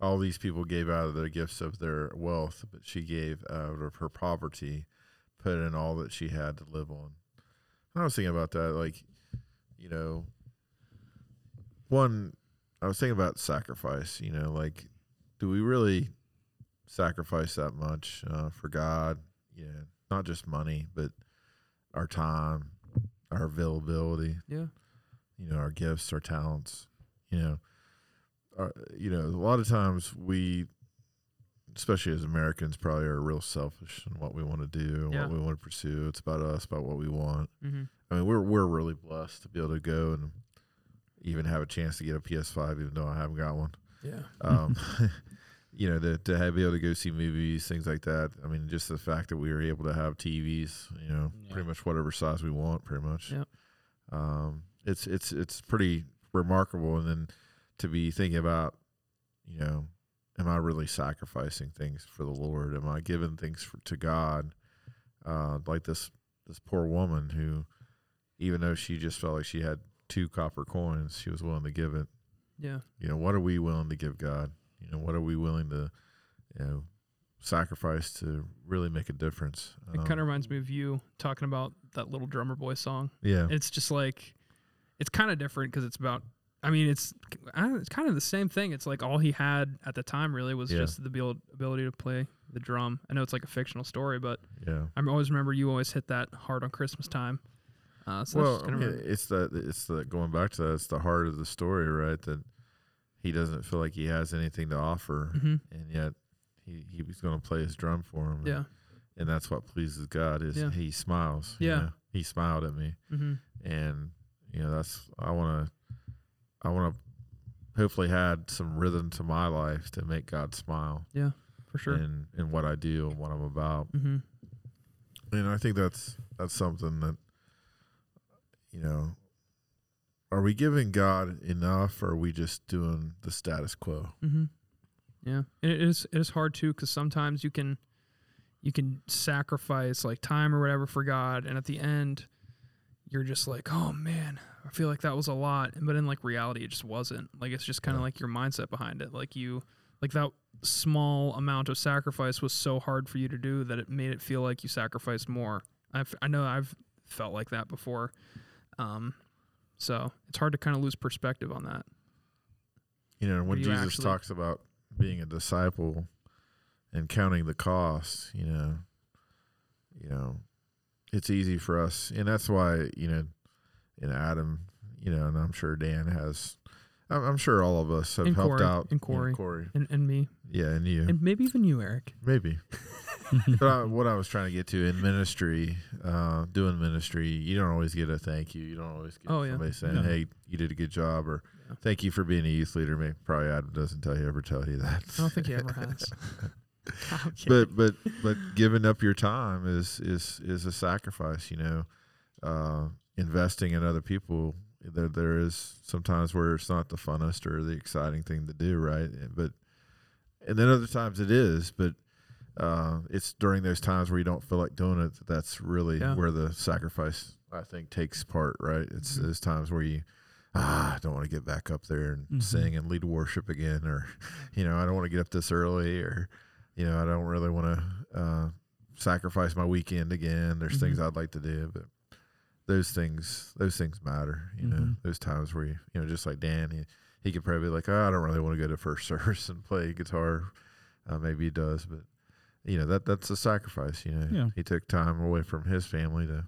All these people gave out of their gifts of their wealth, but she gave out of her poverty, put in all that she had to live on. I was thinking about that, like, you know, one, I was thinking about sacrifice. You know, like, do we really sacrifice that much uh, for God? You know, not just money, but our time, our availability. Yeah. You know, our gifts, our talents. You know, our, you know, a lot of times we, especially as Americans, probably are real selfish in what we want to do and Yeah. what we want to pursue. It's about us, about what we want. Mm-hmm. I mean, we're we're really blessed to be able to go and even have a chance to get a PS5, even though I haven't got one. Yeah. Um, you know, to to have, be able to go see movies, things like that. I mean, just the fact that we were able to have TVs, you know, Yeah. pretty much whatever size we want, pretty much. Yep. Um, it's it's it's pretty remarkable, and then to be thinking about, you know, am I really sacrificing things for the Lord? Am I giving things for, to God? Uh, like this this poor woman who, even though she just felt like she had two copper coins, she was willing to give it Yeah. you know what are we willing to give god you know what are we willing to you know sacrifice to really make a difference It Um, kind of reminds me of you talking about that little drummer boy song. yeah It's just like, it's kind of different because it's about. I mean, it's I don't- it's kind of the same thing. It's like all he had at the time really was Yeah. just the abil- ability to play the drum. I know it's like a fictional story, but yeah I always remember you always hit that hard on Christmas time. Uh, so that's well just I kinda mean, rem- it's the it's the going back to that it's the heart of the story right that he doesn't feel like he has anything to offer Mhm. and yet he, he was going to play his drum for him yeah, and that's what pleases god is Yeah. he smiles you Yeah. know? he smiled at me hmm and you know that's I want to I want to hopefully add some rhythm to my life to make God smile for sure. in in what I do and what I'm about. Mm-hmm. And I think that's that's something that you know are we giving God enough or are we just doing the status quo? Mm-hmm. Yeah, and it is it is hard too because sometimes you can you can sacrifice like time or whatever for God, and at the end you're just like, oh man, I feel like that was a lot, but in like reality, it just wasn't. Like it's just kind of Yeah. like your mindset behind it. Like you like that small amount of sacrifice was so hard for you to do that it made it feel like you sacrificed more. I've, I know I've felt like that before. Um, so it's hard to kind of lose perspective on that. You know, when you Jesus actually- talks about being a disciple and counting the cost, you know, you know, it's easy for us, and that's why you know, and Adam, you know, and I'm sure Dan has, I'm, I'm sure all of us have And helped Corey, out, and you know, Corey. Corey, And, and me yeah, and you, and maybe even you, Eric. maybe. but I, what I was trying to get to in ministry, uh, doing ministry, you don't always get a thank you. You don't always get Oh, yeah. somebody saying, No. "Hey, you did a good job," or Yeah. "Thank you for being a youth leader." Maybe probably Adam doesn't tell you ever tell you that. I don't think he ever has. I'm kidding. but but but giving up your time is is is a sacrifice. You know, uh, investing in other people. There there is sometimes where it's not the funnest or the exciting thing to do, right? But and then other times it is, but. Uh, it's during those times where you don't feel like doing it that that's really Yeah. where the sacrifice I think takes part, right? It's Mhm. those times where you ah, I don't want to get back up there and sing and lead worship again, or you know, I don't want to get up this early, or you know, I don't really want to uh, sacrifice my weekend again. There's things I'd like to do, but those things those things matter. You know, those times where you you know, just like Dan, he he could probably be like, oh, I don't really want to go to first service and play guitar. Uh, maybe he does, but you know that that's a sacrifice. You know, Yeah. he took time away from his family to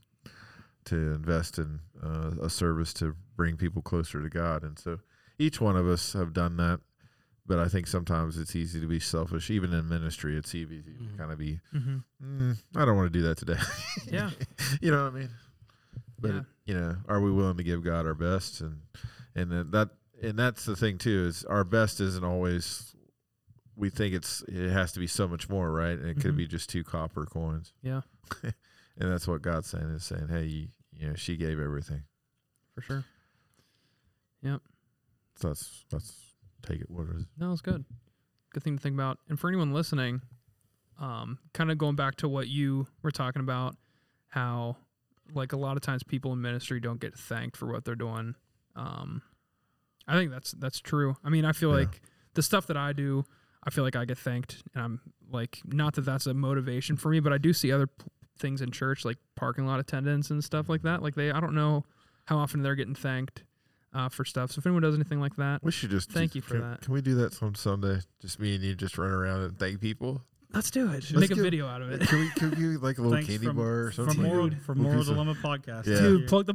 to invest in uh, a service to bring people closer to God, and so each one of us have done that. But I think sometimes it's easy to be selfish, even in ministry. It's easy to Mm-hmm. kind of be, mm, I don't want to do that today. Yeah. you know what I mean? But Yeah. you know, are we willing to give God our best? And and then that and that's the thing too is our best isn't always. We think it's it has to be so much more, right? And it could Mhm. be just two copper coins, Yeah, and that's what God's saying is saying, hey, you, you know, she gave everything. for sure. So that's that's take it. What is No, it's good. Good thing to think about. And for anyone listening, um, kind of going back to what you were talking about, how like a lot of times people in ministry don't get thanked for what they're doing. Um, I think that's that's true. I mean, I feel Yeah. like the stuff that I do, I feel like I get thanked, and I'm like, not that that's a motivation for me, but I do see other p- things in church, like parking lot attendants and stuff like that. Like they, I don't know how often they're getting thanked uh, for stuff. So if anyone does anything like that, We should just Thank you for can, that. Can we do that some Sunday? Just me and you, just run around and thank people. Let's do it. Let's Make a do- video out of it. Can we? Can we do like a little Thanks candy from- bar or something? From like Moral, that? from We'll Moral do some- Dilemma podcast. Yeah. Dude, plug the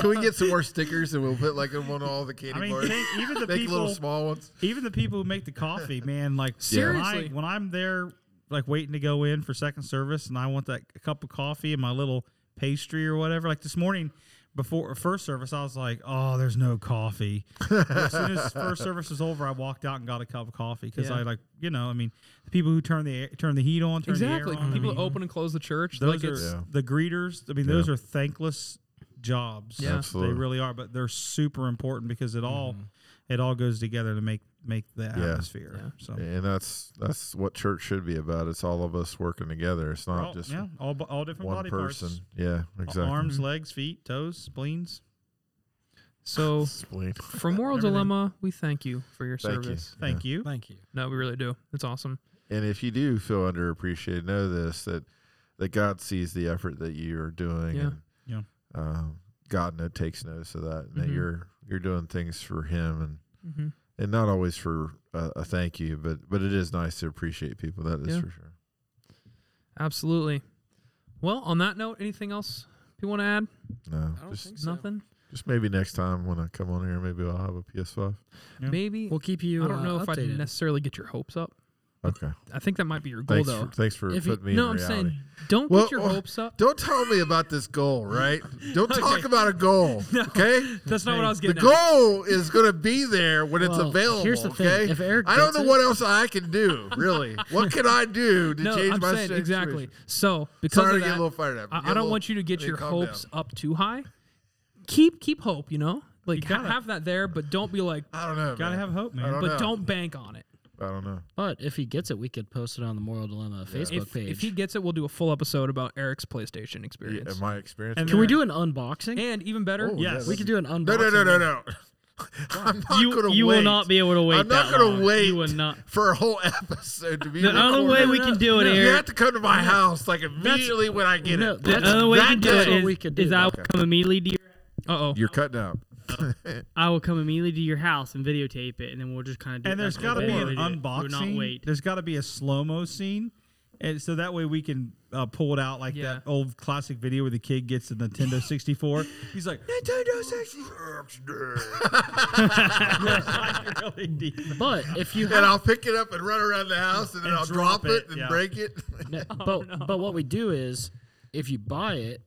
Can we get some more stickers and we'll put like them on all the candy I mean, bars? take- even the Make little people, small ones. even the people who make the coffee, man. Like Yeah. when I- Seriously. when I'm there, like waiting to go in for second service, and I want that cup of coffee and my little pastry or whatever. Like this morning, before first service, I was like, "Oh, there's no coffee." But as soon as first service was over, I walked out and got a cup of coffee because Yeah. I like, you know, I mean, the people who turn the air- turn the heat on, turn exactly. Mm-hmm. the air on, I People mean, open and close the church. those like are it's, Yeah. the greeters. I mean, Yeah. those are thankless jobs. Yeah. Absolutely. they really are. But they're super important because it all it all goes together to make make the atmosphere. Yeah. So And that's that's what church should be about. It's all of us working together. It's We're not all, just yeah, all, bo- all different one body person. parts. Yeah, exactly. Mm-hmm. Arms, legs, feet, toes, spleens. So, Spleen. for Moral Everything. Dilemma, we thank you for your Thank you. service. Thank you. Thank you. No, we really do. It's awesome. And if you do feel underappreciated, know this that that God sees the effort that you are doing. Yeah. And, Yeah. Um, God no, takes notice of that, and that Mhm. you're you're doing things for Him, and Mm-hmm. and not always for a, a thank you, but but it is nice to appreciate people. That is Yeah. for sure. Absolutely. Well, on that note, anything else you want to add? No, I don't just think so. Nothing. just maybe next time when I come on here, maybe I'll have a PS5. Yeah. Maybe. We'll keep you. I don't uh, know if I updated. necessarily get your hopes up. Okay, I think that might be your goal, thanks. though. For, thanks for If you- putting me. no, in I'm reality. saying don't Well, oh, get your well- hopes up. Don't tell me about this goal, right? Don't talk about a goal, okay? That's not what I was The getting at. goal is going to be there when it's Well, available. here's the thing. Okay, If Eric I don't gets know it- what else I can do. Really, what can I do to No, change I'm my saying situation? exactly. So, because Sorry of to get a that- little fired up. Get I, I a don't little- want you to get I need your to calm hopes down. up too high. Keep keep hope, you know. Like ha- gotta- have that there, but don't be like, I don't know. Gotta man. have hope, man. don't but know. don't bank on it. I don't know. But if he gets it, we could post it on the Moral Dilemma Facebook If, page. if he gets it, we'll do a full episode about Eric's PlayStation Yeah, experience. my experience. And can we do an unboxing? and even better, Oh, Yes. that's- we could do an unboxing. No, no, no, no, no. I'm not You, gonna you wait. will not be able to wait. I'm not that gonna long. wait You will not. for a whole episode to be. The other way recorded. we can do it, You Eric. have to come to my house like immediately when I get No, it. The That's- other way we that can do is it what is, we could do. is I will Okay. come immediately to your uh oh, You're cutting out. I will come immediately to your house and videotape it, and then we'll just kind of. do And it there's that got to way. be We'll an do it. We'll unboxing. Not wait. There's got to be a slow mo scene, and so that way we can uh, pull it out like Yeah. that old classic video where the kid gets the Nintendo 64. He's like, Nintendo 64. really deep. But if you and have, I'll pick it up and run around the house, and then And I'll drop drop it, it, and yeah. break it. no, Oh, but but what we do is, if you buy it,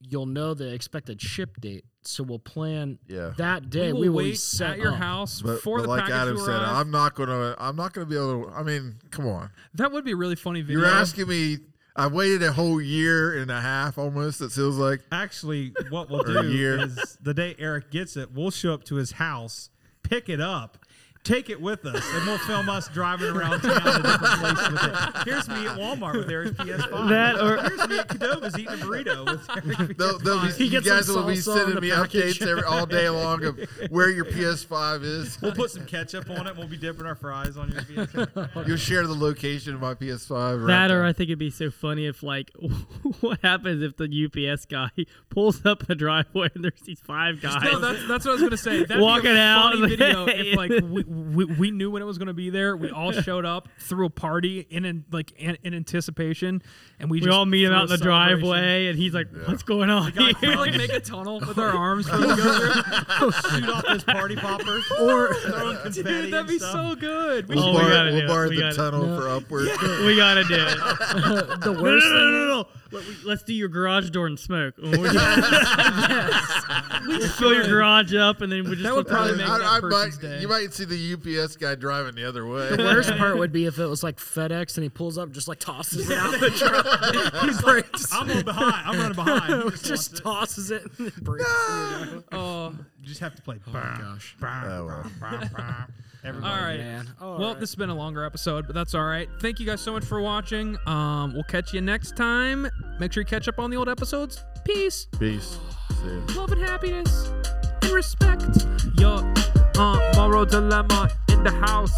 you'll know the expected ship date. So we'll plan Yeah. that we day. will We will, be wait set at your up. house But, for but the like package Adam to said, arrive. I'm not gonna. I'm not gonna be able to. I mean, come on. that would be a really funny video. You're asking me. I waited a whole year and a half almost. It feels like. Actually, what we'll Or a do year. is the day Eric gets it, we'll show up to his house, pick it up, Take it with us, and we'll film us driving around town to different places with it. Here's me at Walmart with Eric's PS5. That or- here's me at Cadova's eating a burrito with Eric's They'll, they'll be, He you gets guys some will be salsa on sending the me package. updates every, all day long of where your PS5 is. We'll put some ketchup on it. We'll be dipping our fries on your PS5. You'll share the location of my PS5. right That or there. I think it'd be so funny if like what happens if the UPS guy pulls up the driveway and there's these five guys. No, that's, that's what I was gonna say. That'd Walking be a out funny and- video if like we, we, we knew when it was gonna be there. We all showed up, threw a party in an, like an, in anticipation, and we, we just all meet him threw out a in the celebration. driveway and he's like, "What's going on?" We here?" like make a tunnel with our arms. Shoot off those party poppers. Or throwing confetti Dude, that'd and be stuff. so good. We We'll Oh, we bar, gotta do we'll it. bar We the gotta- tunnel for upward. we gotta do it. the No, no, worst thing no, no, no, no. Let- we- Let's do your garage door and smoke. When we- We'll fill your garage up, and then we just That would flip probably it. make I- that I person's might- day. You might see the UPS guy driving the other way. The worst part would be if it was like FedEx and he pulls up, just like tosses it out the truck. he breaks, I'm running behind. I'm running behind. You just, just want tosses it and then breaks. Oh, it. You just have to play. Bah, gosh. bah, Oh, well. bah, bah. Everybody. all right. man. All well, right. this has been a longer episode, but that's all right. Thank you guys so much for watching. Um, we'll catch you next time. Make sure you catch up on the old episodes. Peace. Peace. See ya. love and happiness and respect. Yo, uh, moral dilemma in the house.